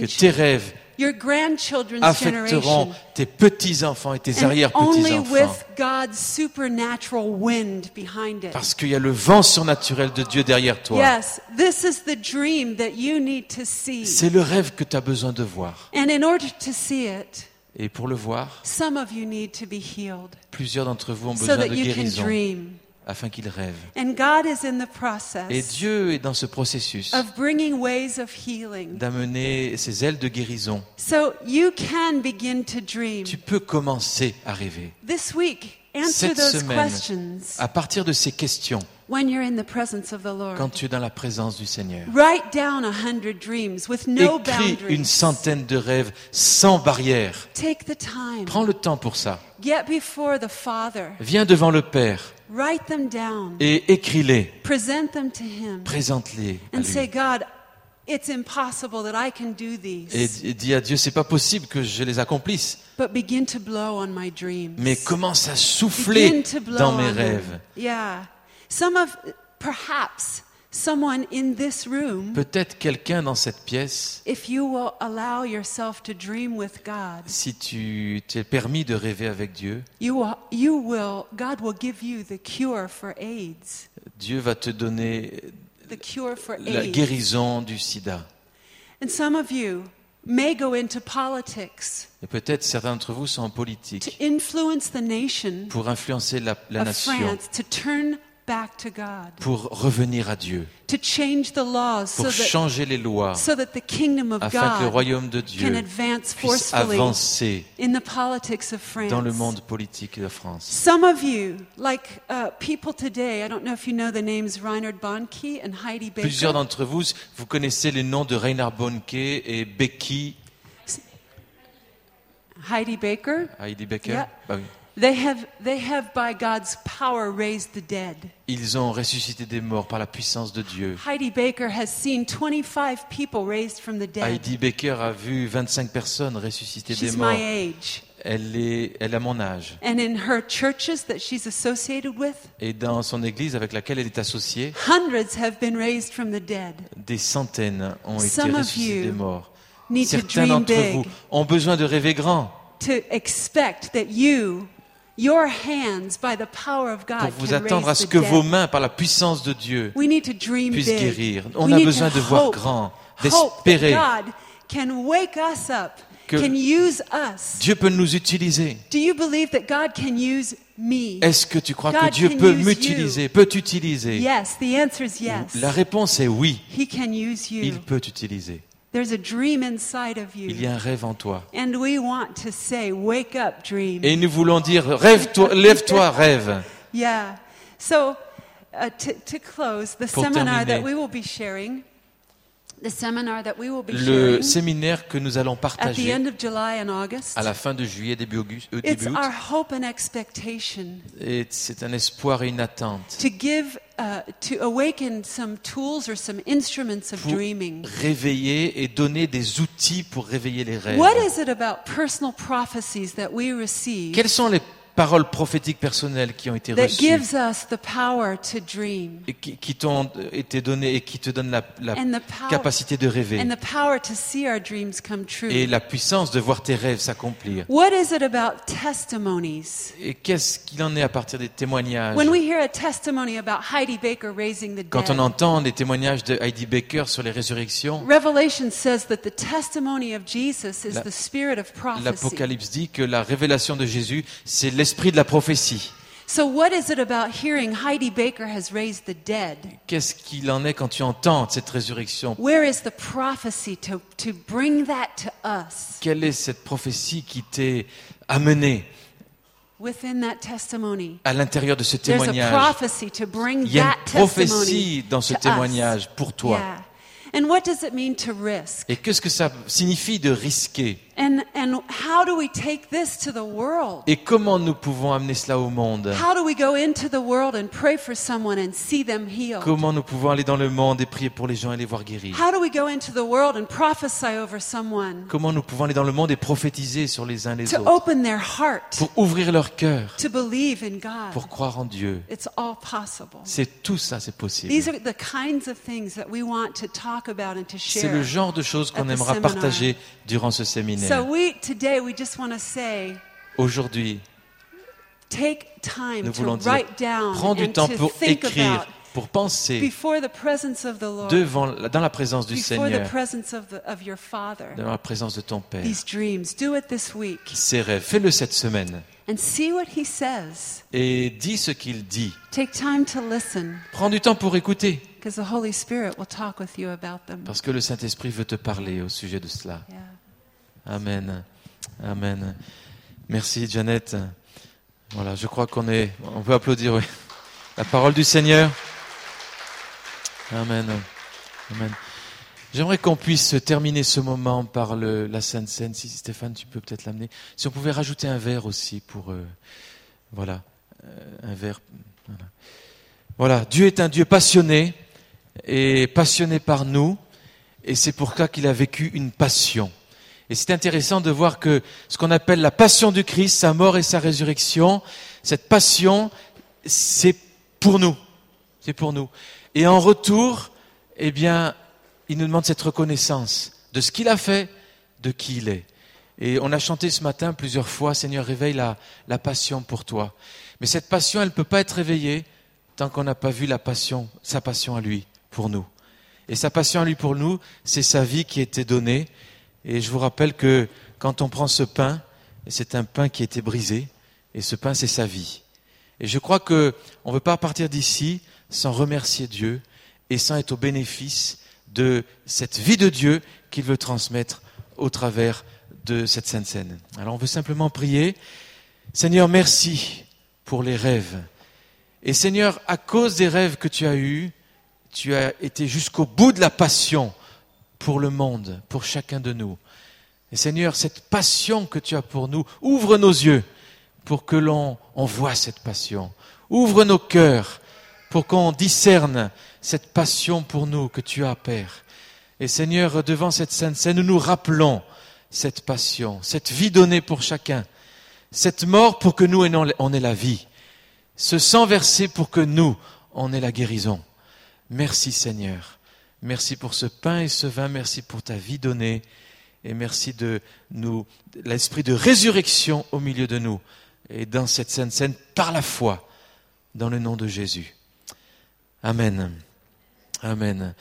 change tes rêves your grandchildren's affecteront generation. tes petits-enfants et tes And only arrière-petits-enfants. with God's supernatural wind behind it. Parce qu'il y a le vent surnaturel de Dieu derrière toi. Yes, this is the dream that you need to see. C'est le rêve que tu as besoin de voir. And in order to see it, Et pour le voir, some of you need to be healed plusieurs d'entre vous ont so besoin de that you can guérison dream. afin qu'ils rêvent. And God is in the Et process Dieu est dans ce processus of bringing ways of healing. d'amener ses ailes de guérison. So you can begin to dream. Tu peux commencer à rêver. This week, answer Cette those semaine, ah, questions À partir de ces questions, when you're in the presence of the Lord. quand tu es dans la présence du Seigneur, Write down a hundred dreams with no écris une boundaries. centaine de rêves sans barrière. Take the time. Prends le temps pour ça. Get before the Father. Viens devant le Père Write them down. et écris-les. Present them to Him. Présente-les à And say, lui. God, it's impossible that I can do Et, these. et dis à Dieu, c'est pas possible que je les accomplisse. But begin to blow on mais my dreams. commence à Begin souffler to blow dans mes on rêves. them. Yeah. Some of, perhaps, someone in this room. Peut-être quelqu'un dans cette pièce, If you will allow yourself to dream with God, si tu t'es permis de rêver avec Dieu, you will, you will, God will give you the cure for AIDS, Dieu va te donner the cure for la AIDS. guérison du sida. And some of you may go into politics Et peut-être certains d'entre vous sont en to politique influence the nation pour influencer la, la of nation, France to turn back to God, pour revenir à Dieu, to change the laws so pour that, changer les lois, so that the kingdom of afin que le God royaume de can Dieu advance puisse forcefully avancer in the politics of France. dans le monde politique de France. Some of you, like uh, people today, I don't know if you know the names Reinhard Bonnke and Heidi Plusieurs Baker. d'entre vous, vous connaissez les noms de Reinhard Bonnke et Becky Heidi Baker. Heidi Becker. Yeah. Bah oui. They have, they have, by God's power, raised the dead. Ils ont ressuscité des morts par la puissance de Dieu. Heidi Baker has seen 25 people raised from the dead. Heidi Baker a vu 25 personnes ressusciter des She's my morts. age. Elle est, elle a mon âge. And in her churches that she's associated with, Et dans son église avec laquelle elle est associée, hundreds have been raised from the dead. des centaines ont été Some of ressuscités you des morts. need to Certains dream d'entre big. vous ont besoin de rêver grand To expect that you, your hands, by the power of pour God, vous can attendre à raise ce the que vos dead. mains, par la puissance de Dieu, We need to dream puissent big. guérir. On We a need besoin to de voir hope- grand, hope d'espérer. that God can wake us up, Que- can use us. Dieu peut nous utiliser. Do you believe that God can use me? Est-ce que tu crois God que Dieu can peut use m'utiliser, peut t'utiliser Yes, the answer is yes. La réponse est oui, He can use il you. peut t'utiliser. There's a dream inside of Il y you. a un rêve en toi. And we want to say, wake up, dream. Et nous voulons dire, rêve-toi, lève-toi, rêve. Yeah. So, uh, to, to close, the Pour seminar that terminer. we will be sharing, the seminar that we will be Le sharing séminaire que nous allons at the partager end of July and August. à la fin de juillet, début auguste, euh, It's début our août, hope and expectation et c'est un espoir et une attente to give, uh, to awaken some tools or some instruments of pour dreaming. réveiller et donner des outils pour réveiller les rêves. What is it about personal prophecies that we receive Quelles sont les paroles prophétiques personnelles qui ont été that reçues gives us the power to dream et qui, qui t'ont été données et qui te donnent la, la And the power- capacité de rêver and the power to see our dreams come true? et la puissance de voir tes rêves s'accomplir What is it about testimonies? Et qu'est-ce qu'il en est à partir des témoignages When we hear a testimony about Heidi Baker raising the Quand on dead, entend les témoignages de Heidi Baker sur les résurrections, Revelation says that the testimony of Jesus is La- the spirit of prophecy. l'Apocalypse dit que la révélation de Jésus, c'est l'esprit de la prophétie. So, what is it about hearing Heidi Baker has raised the dead? Qu'est-ce qu'il en est quand tu entends cette résurrection Where is the prophecy to, to bring that to us? Quelle est cette prophétie qui t'est amenée within that testimony. À l'intérieur de ce There's a témoignage, prophecy to bring il y a that une testimony prophétie dans ce to us. témoignage pour toi. Yeah. And what does it mean to risk? Et qu'est-ce que ça signifie de risquer And and how do we take this to the world? Et comment nous pouvons amener cela au monde How do we go into the world and pray for someone and see them healed? Comment nous pouvons aller dans le monde et prier pour les gens et les voir guéris How do we go into the world and prophesy over someone Comment nous pouvons aller dans le monde et prophétiser sur les uns les to autres open their heart Pour ouvrir leur cœur, to believe in God? pour croire en Dieu. It's all possible. C'est tout ça, c'est These possible. are the kinds of things that we want to talk about and to C'est le share. genre de choses qu'on At the aimera seminar. partager durant ce séminaire. So we today we just want to say Aujourd'hui, take time nous to voulons dire, write down prends du and temps to pour think écrire, about pour penser before the presence of the Lord, devant, dans la présence du before the Seigneur, presence of, the, of your Father. dans la présence de ton Père. These dreams, do it this week Ses rêves, fais-le cette semaine and see what He says. et dis ce qu'il dit. Take time to listen Prends du temps pour écouter, because the Holy Spirit will talk with you about them. parce que le Saint-Esprit veut te parler au sujet de cela. Yeah. Amen. Amen. Merci, Jeannette. Voilà, je crois qu'on est. On peut applaudir, oui. La parole du Seigneur. Amen. Amen. J'aimerais qu'on puisse terminer ce moment par le, la Sainte Seine. Si Stéphane, tu peux peut-être l'amener. Si on pouvait rajouter un verre aussi pour. euh, voilà. euh, un verre. Voilà. Voilà. Dieu est un Dieu passionné et passionné par nous. Et c'est pour ça qu'il a vécu une passion. Et c'est intéressant de voir que ce qu'on appelle la passion du Christ, sa mort et sa résurrection, cette passion, c'est pour nous. C'est pour nous. Et en retour, eh bien, il nous demande cette reconnaissance de ce qu'il a fait, de qui il est. Et on a chanté ce matin plusieurs fois, Seigneur, réveille la, la passion pour toi. Mais cette passion, elle ne peut pas être réveillée tant qu'on n'a pas vu la passion, sa passion à lui, pour nous. Et sa passion à lui pour nous, c'est sa vie qui a été donnée. Et je vous rappelle que quand on prend ce pain, c'est un pain qui a été brisé, et ce pain, c'est sa vie. Et je crois que on ne veut pas partir d'ici sans remercier Dieu et sans être au bénéfice de cette vie de Dieu qu'il veut transmettre au travers de cette sainte scène. Alors on veut simplement prier, Seigneur, merci pour les rêves. Et Seigneur, à cause des rêves que tu as eus, tu as été jusqu'au bout de la passion pour le monde, pour chacun de nous. Et Seigneur, cette passion que tu as pour nous, ouvre nos yeux pour que l'on on voit cette passion. Ouvre nos cœurs pour qu'on discerne cette passion pour nous que tu as, Père. Et Seigneur, devant cette sainte scène, nous nous rappelons cette passion, cette vie donnée pour chacun, cette mort pour que nous on ait la vie, ce sang versé pour que nous on ait la guérison. Merci Seigneur. Merci pour ce pain et ce vin. Merci pour ta vie donnée. Et merci de nous, l'esprit de résurrection au milieu de nous. Et dans cette sainte scène, par la foi, dans le nom de Jésus. Amen. Amen.